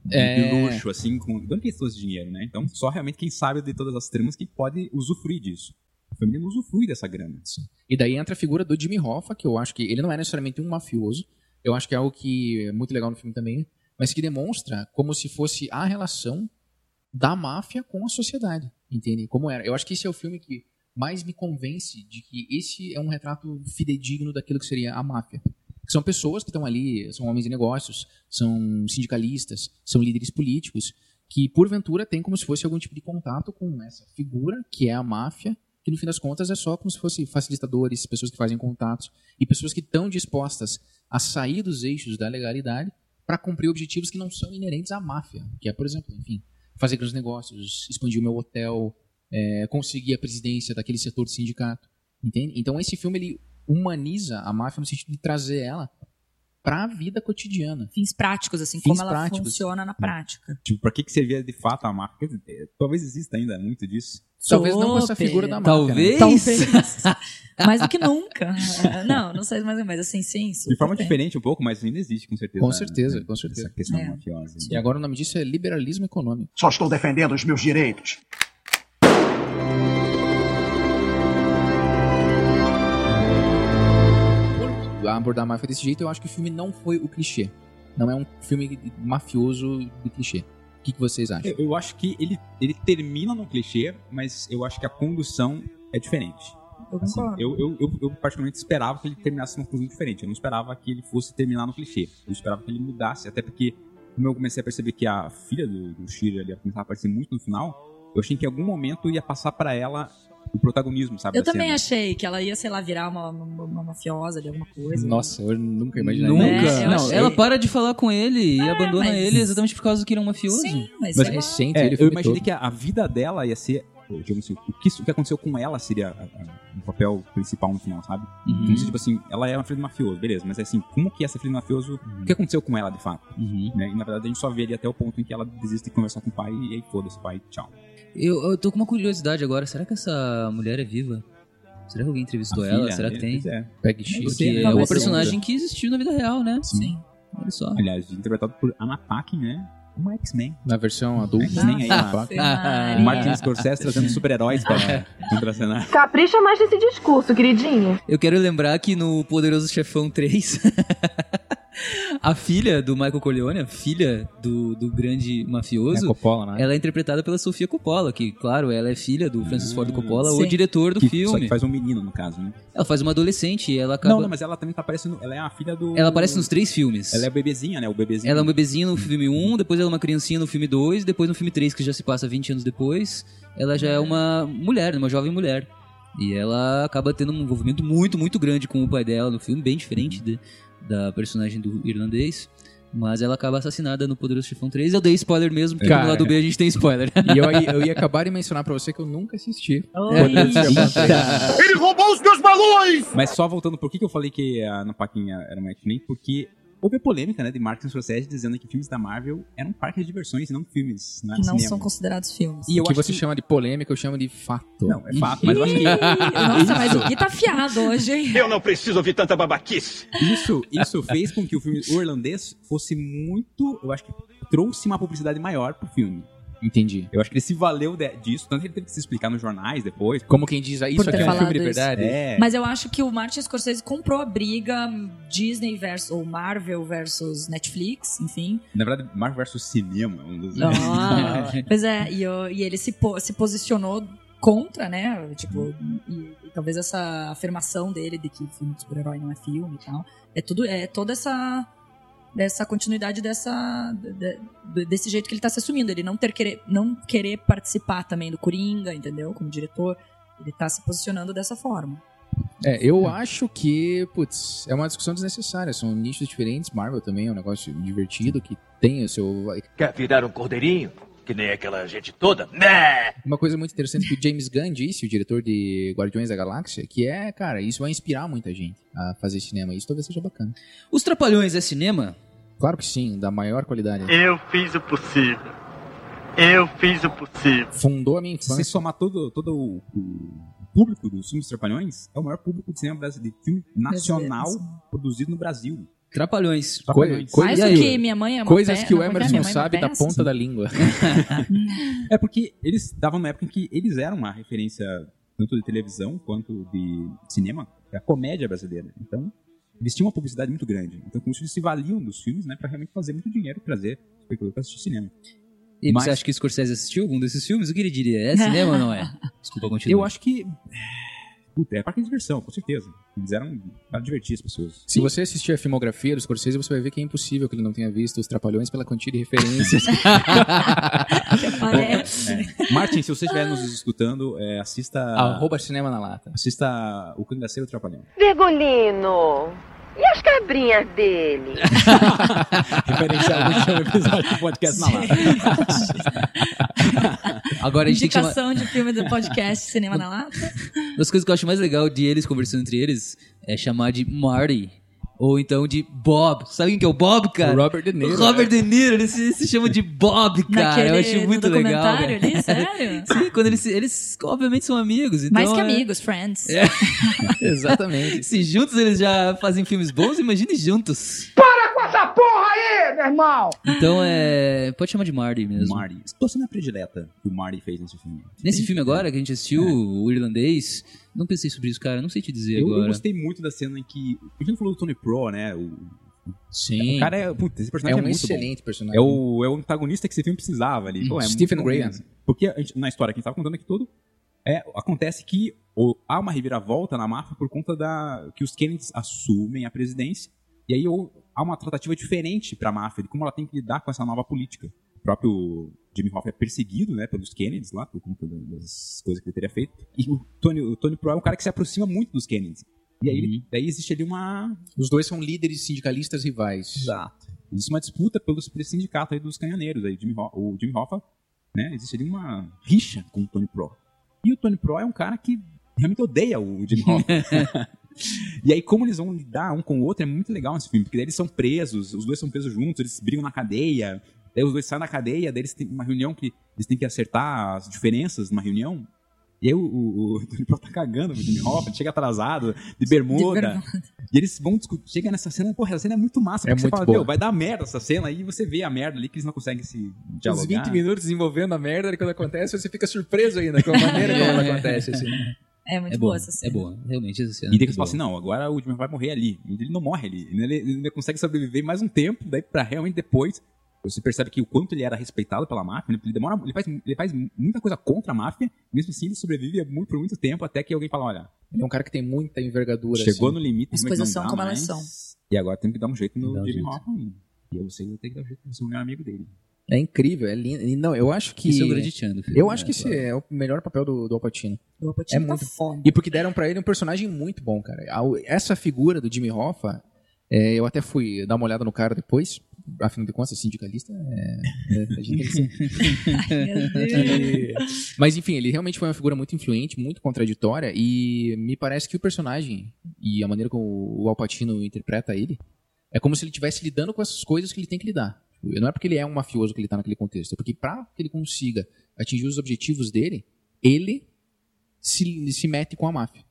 de, É. de luxo, assim, com grande questão de dinheiro, né? Então, só realmente quem sabe de todas as tramas que pode usufruir disso. A família não usufrui dessa grana. E daí entra a figura do Jimmy Hoffa, que eu acho que ele não é necessariamente um mafioso. Eu acho que é algo que é muito legal no filme também, mas que demonstra como se fosse a relação da máfia com a sociedade, entende? Como era. Eu acho que esse é o filme que mais me convence de que esse é um retrato fidedigno daquilo que seria a máfia. Que são pessoas que estão ali, são homens de negócios, são sindicalistas, são líderes políticos, que porventura têm como se fosse algum tipo de contato com essa figura que é a máfia, que no fim das contas é só como se fossem facilitadores, pessoas que fazem contatos e pessoas que estão dispostas a sair dos eixos da legalidade para cumprir objetivos que não são inerentes à máfia, que é, por exemplo, enfim, fazer grandes negócios, expandir o meu hotel, é, conseguir a presidência daquele setor de sindicato, entende? Então esse filme ele humaniza a máfia no sentido de trazer ela para a vida cotidiana. Fins práticos, assim, Fins como ela práticos. funciona na prática. Tipo, pra que, que servia de fato a máfia? Quer dizer, é, Talvez exista ainda muito disso. Talvez não com essa Super. figura da máfia. Talvez. né? Mais do que nunca. Não, não sei mais ou menos, assim, sim. De forma super tem. diferente um pouco, mas ainda existe, com certeza. Com né? certeza, com certeza. Essa questão É. mafiosa. né? E agora o nome disso é liberalismo econômico. Só estou defendendo os meus direitos. a abordar a máfia desse jeito, eu acho que o filme não foi o clichê. Não é um filme mafioso de clichê. O que, que vocês acham? Eu, eu acho que ele, ele termina no clichê, mas eu acho que a condução é diferente. Eu Assim, concordo. eu, eu, eu, eu particularmente esperava que ele terminasse numa conclusão diferente. Eu não esperava que ele fosse terminar no clichê. Eu esperava que ele mudasse, até porque, como eu comecei a perceber que a filha do, do Shira ali ia começar a aparecer muito no final, eu achei que em algum momento ia passar pra ela o protagonismo, sabe? Eu da também cena. achei que ela ia, sei lá, virar uma, uma, uma mafiosa de alguma coisa. Nossa, eu nunca imaginei. Nunca. É, eu Não, achei. ela para de falar com ele e abandona Ah, mas- ele exatamente por causa que ele é um mafioso. Sim, Mas mas, sei é lá. recente, É, ele eu foi imaginei que a, a vida dela ia ser. digamos assim, o, que, isso- o que aconteceu com ela seria a- a- o papel principal no final, sabe? Uhum. Como se, tipo assim, ela é uma filha do mafioso, beleza, mas assim, como que essa filha do mafioso. O que aconteceu com ela de fato? Uhum. né? E na verdade a gente só vê ali até o ponto em que ela desiste de conversar com o pai e aí foda-se, pai, tchau. Eu, eu tô com uma curiosidade agora. Será que essa mulher é viva? Será que alguém entrevistou A ela? filha, Será que é, tem? pois é. Peg Porque X. Sim, é talvez uma sim. personagem que existiu na vida real, né? Sim. Olha só. Aliás, interpretado por Anna Paquin, né? Uma X-Men. Na versão adulta. né? X-Men aí, né? Nossa, Marcos. Maria. É. O Martin Scorsese trazendo super-heróis pra contracenar. Capricha mais nesse discurso, queridinha. Eu quero lembrar que no Poderoso Chefão 3, a filha do Michael Corleone, a filha do, do grande É mafioso, Coppola, né? ela é interpretada pela Sofia Coppola, que, claro, ela é filha do Francis Ford Coppola, o Sim. diretor do Que, só filme. que faz um menino, no caso, né? Ela faz uma adolescente e ela acaba... Não, não, mas ela também tá aparecendo. Ela é a filha do. Ela aparece nos três filmes. Ela é a bebezinha, né? O bebezinho. Ela é um bebezinho no filme 1, depois ela é uma criancinha no filme 2, depois no filme 3, que já se passa 20 anos depois, ela já é uma mulher, né, uma jovem mulher. E ela acaba tendo um envolvimento muito, muito grande com o pai dela no filme, bem diferente de- da personagem do irlandês. Mas ela acaba assassinada no Poderoso Chefão 3. Eu dei spoiler mesmo, porque Cara. no lado B a gente tem spoiler. E eu, eu ia acabar de mencionar pra você que eu nunca assisti. Ele roubou os meus balões! Mas só voltando, por que, que eu falei que a Ana Paquin era uma X-Men? Porque houve a polêmica, né, de Martin Scorsese dizendo que filmes da Marvel eram parques de diversões e não filmes, né? Que não cinema. são considerados filmes. E eu o que acho você chama de polêmica, eu chamo de fato. Não, é fato, mas eu acho que Nossa, mas o Gui tá afiado hoje, hein? Eu não preciso ouvir tanta babaquice. isso, isso fez com que o filme O Irlandês fosse muito... Eu acho que trouxe uma publicidade maior pro filme. Entendi. Eu acho que ele se valeu de- disso, tanto que ele teve que se explicar nos jornais depois. Como quem diz, ah, isso Por aqui ter é um filme falado de isso. verdade. É, Mas eu acho que o Martin Scorsese comprou a briga Disney versus ou Marvel versus Netflix, enfim. na verdade, Marvel vs. Cinema. Um dos... pois é, e, eu- e ele se, po- se posicionou contra, né? Tipo, e, e talvez essa afirmação dele de que filme de super-herói não é filme e tal. É tudo, é toda essa dessa continuidade dessa de- de- desse jeito que ele tá se assumindo, ele não ter querer não querer participar também do Coringa, entendeu? Como diretor, ele tá se posicionando dessa forma. É, eu acho que, putz, é uma discussão desnecessária. São nichos diferentes. Marvel também é um negócio divertido que tem o seu. Quer virar um cordeirinho? Que nem aquela gente toda? Né? Uma coisa muito interessante que o James Gunn disse, o diretor de Guardiões da Galáxia, que é, cara, isso vai inspirar muita gente a fazer cinema. Isso talvez seja bacana. Os Trapalhões é cinema? Claro que sim, da maior qualidade. Eu fiz o possível. Eu fiz o possível. Fundou a minha Se você infância. somar todo, todo o, o público dos filmes Trapalhões, é o maior público de cinema brasileiro, de filme nacional Brasileiro, produzido no Brasil. Trapalhões. Coi- Trapalhões. coisas Mais e do aí? que minha mãe é uma coisas pe- que o não, como é Emerson minha mãe é uma sabe da peça? ponta da língua. É porque eles estavam na época em que eles eram uma referência tanto de televisão quanto de cinema da comédia brasileira. Então, eles tinham uma publicidade muito grande. Então, como se eles se valiam dos filmes, né, pra realmente fazer muito dinheiro e trazer espectador pra assistir cinema. E Mas- você acha que o Scorsese assistiu algum desses filmes? O que ele diria? É cinema ou não é? Desculpa, continua. Eu acho que... Puta, é parque de diversão, com certeza. Eles eram pra divertir as pessoas. Se você assistir a filmografia dos Scorsese, você vai ver que é impossível que ele não tenha visto os Trapalhões pela quantia de referências. Parece. É. Martin, se você estiver nos escutando, é, assista... Arroba cinema na lata. Assista o Cangaceiro Trapalhão. Virgulino. E as cabrinhas dele? Referência ao último episódio do podcast na lata. Agora a gente tem que chamar... Indicação de filme do podcast Cinema na Lata. Uma das coisas que eu acho mais legal de eles conversando entre eles é chamar de Marty. Ou então de Bob. Sabe quem que é o Bob, cara? Robert De Niro. Robert né? De Niro, ele se, se chama de Bob, cara. eu acho no muito legal. documentário cara. ali, sério? Sim, quando eles, se- eles obviamente são amigos. Então, Mais que é- amigos, friends. É. Exatamente. Se juntos eles já fazem filmes bons, imagine juntos. Para com essa porra aí, meu irmão! Então é. Pode chamar de Marty mesmo. Marty. Estou sendo a predileta que o Marty fez nesse filme. Nesse filme agora que a gente assistiu, o irlandês, não pensei sobre isso, cara. Não sei te dizer É. Eu, eu agora. gostei muito da cena em que. A gente falou do Tony Pro, né? O, Sim. o cara é. Puta, esse é personagem um é, muito excelente bom. personagem. É o, é o antagonista que esse filme precisava ali. Pô, é Stephen muito bom Graham. mesmo. Porque a gente- na história que a gente tava contando aqui todo, é, acontece que o- há uma reviravolta na máfia por conta da que os Kennedys assumem a presidência. E aí ou- há uma tratativa diferente pra máfia de como ela tem que lidar com essa nova política. O próprio Jimmy Hoffa é perseguido, né, pelos Kennedys lá, por conta da- das coisas que ele teria feito. E o Tony, o Tony Pro é um cara que se aproxima muito dos Kennedys. E aí, Uhum. ele- daí existe ali uma... Os dois são líderes sindicalistas rivais. Exato. Existe uma disputa pelos por esse sindicato aí dos canhoneiros. Aí Jimmy Ho- o Jimmy Hoffa, né, existe ali uma rixa com o Tony Pro. E o Tony Pro é um cara que realmente odeia o Jimmy Hoffa. E aí, como eles vão lidar um com o outro, é muito legal nesse filme, porque daí eles são presos, os dois são presos juntos, eles brigam na cadeia, daí os dois saem da cadeia, daí eles têm uma reunião que eles têm que acertar as diferenças numa reunião. E aí o, o, o Tony Pro tá cagando, o Jimmy Hoffa chega atrasado, de bermuda. E eles vão discutir. Chega nessa cena, porra, essa cena é muito massa. É porque muito você fala, boa. meu, vai dar merda essa cena, aí você vê a merda ali que eles não conseguem se dialogar. Uns 20 minutos desenvolvendo a merda, e quando acontece, você fica surpreso ainda com a maneira como ela acontece. Assim. É muito é boa boa, essa É cena. boa, realmente essa cena. é E tem que falar assim, não, agora o Jimmy vai morrer ali. Ele não morre ali. Ele, ele ainda consegue sobreviver mais um tempo, daí pra realmente depois. Você percebe que o quanto ele era respeitado pela máfia, né? ele demora, ele faz, ele faz muita coisa contra a máfia, mesmo assim ele sobrevive muito, por muito tempo até que alguém fala, olha, Ele é um cara que tem muita envergadura. chegou assim. no limite, As realmente coisas não são dá como elas mais, são. E agora tem que dar um jeito no Dá um Jimmy jeito. Hoffa. ainda. E eu sei que tem que dar um jeito, você é o melhor amigo dele. É incrível, é lindo. E Não, eu acho assim que. Esse é o grande tchan do filme. eu acho né, que esse claro. é o melhor papel do, do Alpatino. O Alpatino É tá muito- foda. E porque deram pra ele um personagem muito bom, cara. Ao- Essa figura do Jimmy Hoffa, é, eu até fui dar uma olhada no cara depois. Afinal de contas, sindicalista é. é, a gente tem que ser. Meu Deus. Mas enfim, ele realmente foi uma figura muito influente, muito contraditória, e me parece que o personagem e a maneira como o Alpatino interpreta ele é como se ele estivesse lidando com essas coisas que ele tem que lidar. Não é porque ele é um mafioso que ele está naquele contexto, é porque para que ele consiga atingir os objetivos dele, ele se, se mete com a máfia.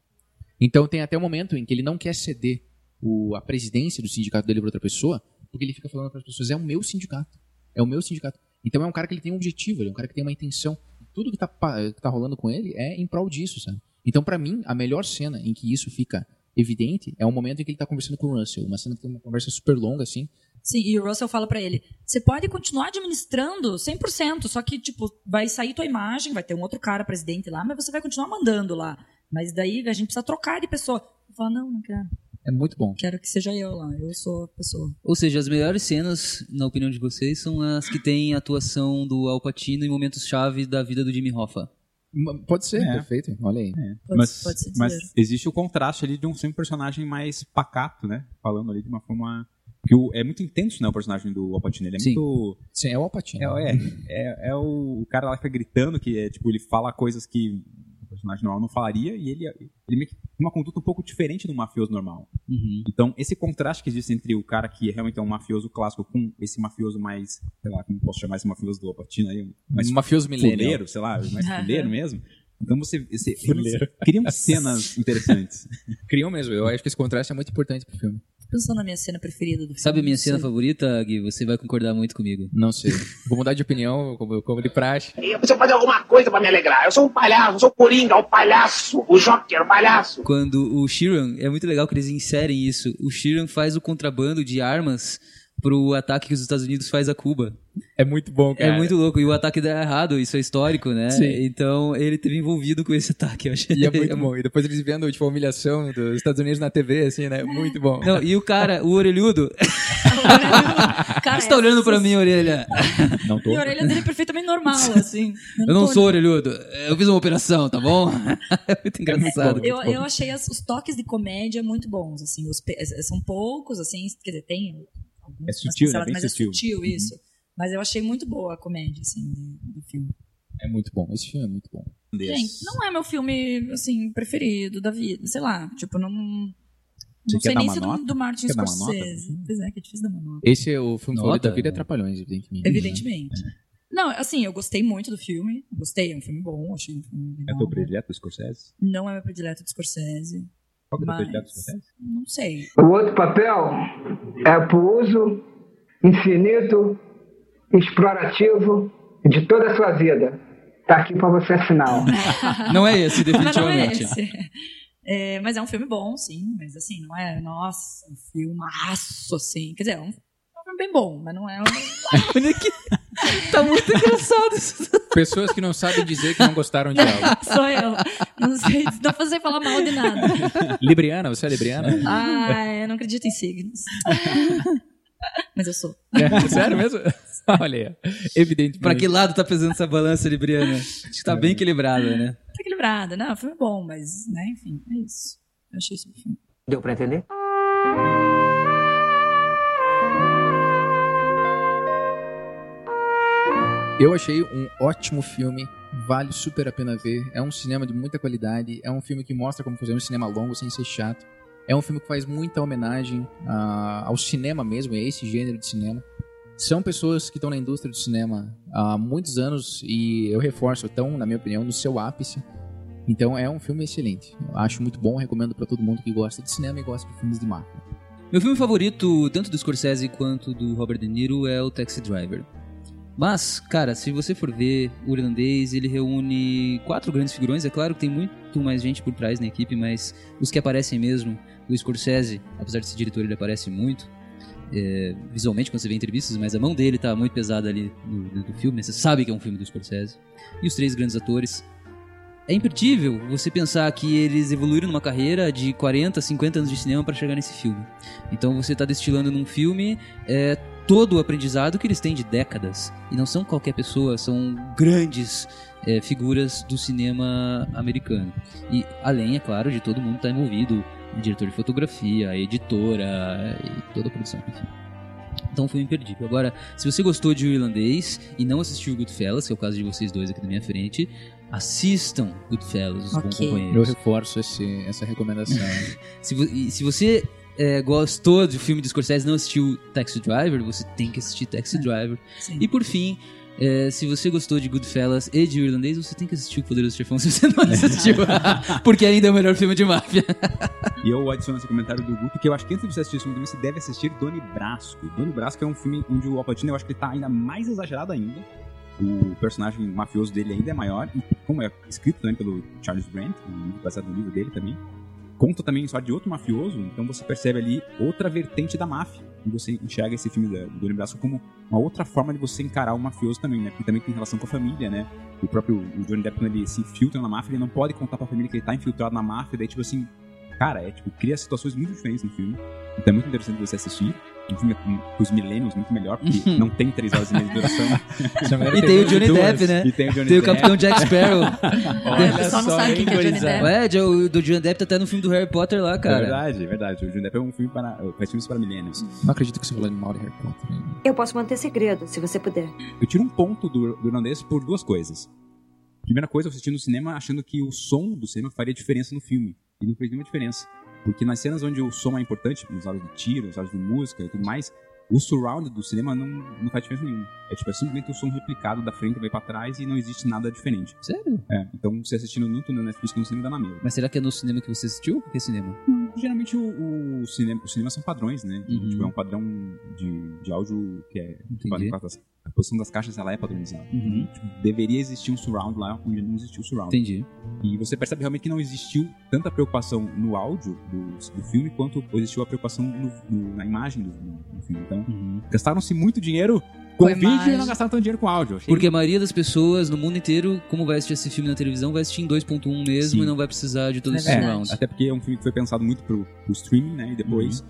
Então tem até o momento em que ele não quer ceder o- a presidência do sindicato dele para outra pessoa, porque ele fica falando para as pessoas: é o meu sindicato, é o meu sindicato. Então é um cara que ele tem um objetivo, ele é um cara que tem uma intenção. Tudo que tá, pa- que tá rolando com ele é em prol disso, sabe? Então para mim, a melhor cena em que isso fica evidente é o momento em que ele tá conversando com o Russell. Uma cena que tem uma conversa super longa, assim. Sim, e o Russell fala pra ele: você pode continuar administrando 100%, só que, tipo, vai sair tua imagem, vai ter um outro cara presidente lá, mas você vai continuar mandando lá. Mas daí a gente precisa trocar de pessoa. Eu falo, não, não quero. É muito bom. Quero que seja eu lá. Eu sou a pessoa. Ou seja, as melhores cenas, na opinião de vocês, são as que têm a atuação do Al Pacino em momentos-chave da vida do Jimmy Hoffa. M- Pode ser, É. perfeito. Olha aí. Pode, mas, pode se dizer. mas existe o contraste ali de um sempre personagem mais pacato, né? Falando ali de uma forma. Porque o- é muito intenso, né? O personagem do Alpatino. Ele é Sim. muito. Sim, é o Alpatino. É, é, é, é o cara lá que fica gritando, que é tipo, ele fala coisas que o personagem normal não falaria, e ele, ele meio que tem uma conduta um pouco diferente do mafioso normal. Uhum. Então, esse contraste que existe entre o cara que realmente é um mafioso clássico com esse mafioso mais, sei lá, como posso chamar esse mafioso do Alpatino aí? um Mais Mafioso Millennium. fuleiro, sei lá, mais fuleiro mesmo. Então você, você realmente criam cenas interessantes. Criam mesmo. Eu acho que esse contraste é muito importante pro filme. Pensando na minha cena preferida do filme. Sabe a minha não cena sei. favorita, Gui? Você vai concordar muito comigo. Não sei. Vou mudar de opinião, como, como de praxe. Eu preciso fazer alguma coisa pra me alegrar. Eu sou um palhaço, eu sou o Coringa, o palhaço, o Joker, o palhaço. Quando o Sheeran, é muito legal que eles inserem isso, o Sheeran faz o contrabando de armas pro ataque que os Estados Unidos faz a Cuba. É muito bom, É muito louco, e o ataque dá errado, isso é histórico, né? Sim. Então ele teve envolvido com esse ataque, eu achei. E é muito bom. E depois eles vendo, tipo, a humilhação dos Estados Unidos na TV, assim, né? Muito bom. Não, e o cara, o orelhudo, Cara, você tá olhando pra minha orelha. Não tô. E a orelha dele é perfeitamente normal, assim. Eu não tô sou orelhudo, eu fiz uma operação, tá bom? É muito engraçado. Eu, eu achei as- os toques de comédia muito bons, assim, os pe- eh, são poucos, assim, quer dizer, tem alguns, É sutil, mas, né? Bem mas sutil. é sutil isso. Mas eu achei muito boa a comédia, assim, do, do filme. É muito bom. Esse filme é muito bom. Gente, não é meu filme, assim, preferido da vida, sei lá, tipo, não... Você Não quer sei dar nem uma se é do, nota? Uhum. do Martin Quer dar uma Scorsese. Pois é, que é difícil dar uma nota. Esse é o filme Nota, favorito da né? vida, Atrapalhões, evidentemente. Evidentemente. É. Não, assim, eu gostei muito do filme. Gostei, é um filme bom, achei um filme É legal. teu predileto, Scorsese? Não é meu predileto de Scorsese. Qual que é o teu Mas- predileto, Scorsese? Não sei. O outro papel é pro uso infinito, explorativo de toda a sua vida. Tá aqui para você assinar. Não é esse, Mas não é definitivamente. esse. É, mas é um filme bom, sim. Mas assim, não é, nossa, um filmaço, assim. Quer dizer, é um filme bem bom, mas não é um... Olha que... Tá muito engraçado isso. Pessoas que não sabem dizer que não gostaram de algo. Sou eu. Não sei, não fazer falar mal de nada. Libriana, você é Libriana? Ah, eu não acredito em signos. Mas eu sou. É. Sério mesmo? Olha aí. Evidentemente. Pra que lado tá pesando essa balança, Libriana? Acho que tá bem equilibrada, né? Tá equilibrada. Não, filme bom, mas, né, enfim, é isso. Eu achei isso um filme. Deu pra entender? Eu achei um ótimo filme, vale super a pena ver. É um cinema de muita qualidade, é um filme que mostra como fazer um cinema longo sem ser chato. É um filme que faz muita homenagem ah, ao cinema mesmo, a esse gênero de cinema. São pessoas que estão na indústria do cinema há muitos anos e eu reforço, estão, na minha opinião, no seu ápice. Então é um filme excelente. Eu acho muito bom, recomendo para todo mundo que gosta de cinema e gosta de filmes de máfia. Meu filme favorito, tanto do Scorsese quanto do Robert De Niro, é o Taxi Driver. Mas, cara, se você for ver o irlandês, ele reúne quatro grandes figurões. É claro que tem muito mais gente por trás na equipe, mas os que aparecem mesmo, o Scorsese, apesar de ser diretor, ele aparece muito. é, visualmente, quando você vê entrevistas, mas a mão dele tá muito pesada ali no, do, do filme. Você sabe que é um filme do Scorsese. E os três grandes atores. É imperdível você pensar que eles evoluíram numa carreira de 40, 50 anos de cinema para chegar nesse filme. Então você tá destilando num filme é, todo o aprendizado que eles têm de décadas. E não são qualquer pessoa, são grandes é, figuras do cinema americano. E além, é claro, de todo mundo estar envolvido. O diretor de fotografia, a editora e toda a produção. Enfim. Então foi um imperdível. Agora, se você gostou de O Irlandês e não assistiu Goodfellas, que é o caso de vocês dois aqui na minha frente, assistam Goodfellas, os bons Ok. companheiros. Eu reforço esse- essa recomendação. Se, vo- e se você é, gostou do filme do Scorsese e não assistiu Taxi Driver, você tem que assistir Taxi Driver. E por fim, é, se você gostou de Goodfellas e de O Irlandês, você tem que assistir O Poderoso Chefão se você não assistiu. porque ainda é o melhor filme de máfia. E eu adiciono esse comentário do Guto, que eu acho que antes de você assistir esse filme, você deve assistir Doni Brasco. Doni Brasco é um filme onde o Al Pacino, eu acho que ele tá ainda mais exagerado ainda. O personagem mafioso dele ainda é maior. E como é escrito também pelo Charles Grant, um livro baseado no livro dele também, conta também a história de outro mafioso. Então você percebe ali outra vertente da máfia. E você enxerga esse filme da- do Doni Brasco como uma outra forma de você encarar o mafioso também, né? Porque também tem relação com a família, né? O próprio o Johnny Depp, quando ele se infiltra na máfia, ele não pode contar pra família que ele tá infiltrado na máfia. Daí, tipo assim, cara, é tipo, cria situações muito diferentes no filme. Então é muito interessante você assistir. Um filme com com os millennials muito melhor, porque não tem três horas e meia de duração. é E Uhum. tem o Johnny Depp, né? E tem o Johnny Tem o Depp. Capitão Jack Sparrow. Olha O pessoal não só, sabe quem que é Johnny Depp. Ué, o do Johnny Depp tá até no filme do Harry Potter lá, cara. É verdade, é verdade. O Johnny Depp é um filme para, faz filmes para millennials. Não acredito que você falou de mal de Harry Potter. Eu posso manter segredo, se você puder. Eu tiro um ponto do, do irlandês por duas coisas. Primeira coisa, eu assisti no cinema achando que o som do cinema faria diferença no filme. E não fez nenhuma diferença. Porque nas cenas onde o som é importante, nos áudios de tiro, nos áudios de música e tudo mais, o surround do cinema não, não faz diferença nenhuma. É tipo, é simplesmente o som replicado da frente vai pra trás e não existe nada diferente. Sério? É, então você assistindo muito no Netflix que no cinema dá na mesma. Mas será que é no cinema que você assistiu? Que cinema? Geralmente o, o cinema, os cinemas são padrões, né? Tipo, é um padrão de, de áudio que é. A posição das caixas ela é padronizada. Uhum. Tipo, deveria existir um surround lá onde não existiu surround. Entendi. E você percebe realmente que não existiu tanta preocupação no áudio do, do filme quanto existiu a preocupação no- no- na imagem do, do filme. Então, gastaram-se muito dinheiro com, Com a vídeo e não imagem. gastaram tanto dinheiro com áudio. Achei Porque a maioria das pessoas no mundo inteiro, como vai assistir esse filme na televisão, vai assistir em 2.1 mesmo e não vai precisar de todo esse surround. Até porque é um filme que foi pensado muito pro, pro streaming, né? E depois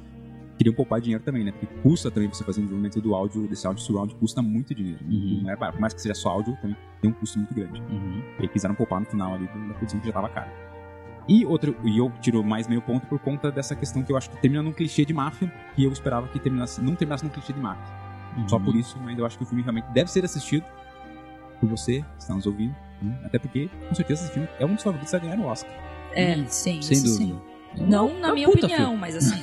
queriam poupar dinheiro também, né? Porque custa também você fazer um desenvolvimento do áudio, desse áudio surround, custa muito dinheiro. Não é barato. Por mais que seja só áudio, também tem um custo muito grande. E aí quiseram poupar no final ali da produção que já tava cara. E outro, e eu tiro mais meio ponto por conta dessa questão que eu acho que termina num clichê de máfia, que eu esperava que terminasse, não terminasse num clichê de máfia. Só por isso, mas eu acho que o filme realmente deve ser assistido por você que está nos ouvindo. né, Até porque, com certeza, esse filme é um dos favoritos a ganhar o Oscar. É, sim, isso sim. Não na Uma minha É um puta opinião, filme. mas assim.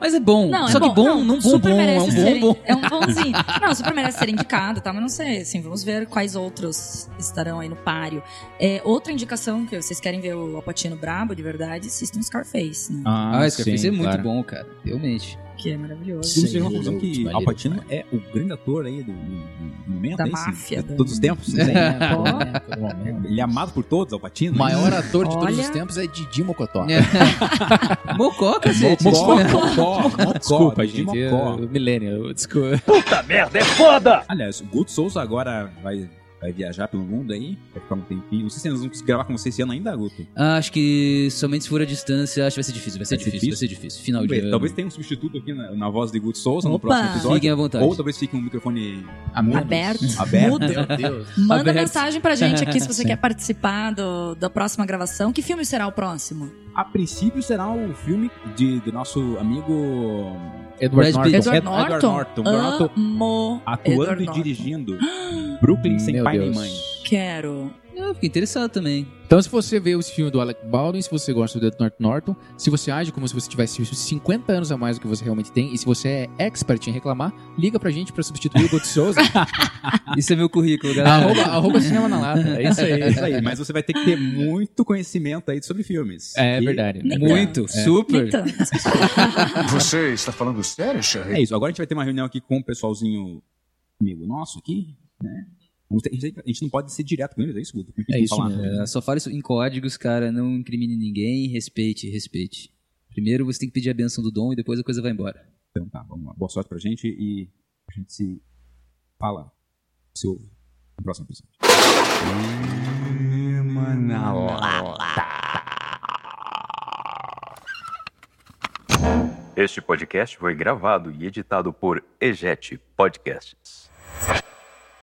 Mas é bom. Não, é Só que bom, não, não bom, super bom, é merece um ser- bom, bom. É um bonzinho. Não, super merece ser indicado, tá? Mas não sei, assim, vamos ver quais outros estarão aí no páreo. É, outra indicação que vocês querem ver o Alpatino brabo, de verdade, assistam Scarface, né? Ah, esse Scarface sim, é muito claro. bom, cara. Realmente. Que é maravilhoso. Sim, seja uma conclusão que Al Pacino é o grande ator aí do, do- do momento. Da é isso? máfia, De todos os tempos. É, né? pô. Todo momento. Ele é amado por todos, né? Al Pacino. O maior ator de todos Olha. os tempos é Didi Mocotó. Mocó, cacete. Mocó, Desculpa. Mocó, Mocó, Desculpa, Didi gente, Mocó. eu- Millennial, desculpa. Puta merda, é foda! Aliás, o Guto Souza agora vai Vai viajar pelo mundo aí, vai ficar um tempinho. Não sei se eles vão conseguir gravar com você esse ano ainda, Guto. Ah, acho que somente se for a distância, acho que vai ser difícil. Vai ser, difícil, vai ser difícil. Final de Vamos ver, ano. Talvez tenha um substituto aqui na, na voz de Guto Souza no Opa! próximo episódio. Fiquem à vontade. Ou talvez fique um microfone a menos. Aberto. Aberto. Mudo. Manda mensagem pra gente aqui se você quer participar do- da próxima gravação. Que filme será o próximo? A princípio será o filme de, do nosso amigo Edward Ed- Então, Edward Norton. Norton. Edward Norton. Edward Norton Amo atuando Edward e Norton. dirigindo Brooklyn sem Meu pai Deus. nem mãe. Quero. Eu fiquei interessado também. Então, se você vê esse filme do Alec Baldwin, se você gosta do Edward Norton, se você age como se você tivesse 50 anos a mais do que você realmente tem, e se você é expert em reclamar, liga pra gente pra substituir o Guto Souza. Isso é meu currículo, galera. arroba, arroba cinema na lata. É isso aí. É isso aí, mas você vai ter que ter muito conhecimento aí sobre filmes. É E- verdade. Muito, super. Então, Você está falando sério, Sherry? É isso. Agora a gente vai ter uma reunião aqui com o pessoalzinho amigo nosso aqui, né? Vamos ter- A gente não pode ser direto com eles, é isso, Guto? É isso Falar. mesmo. É, Só fala isso em códigos, cara. Não incrimine ninguém. Respeite, respeite. Primeiro você tem que pedir a benção do dom e depois a coisa vai embora. Então tá, vamos lá. Boa sorte pra gente e a gente se fala, se ouve no próximo episódio. Hum, Este podcast foi gravado e editado por EJET Podcasts.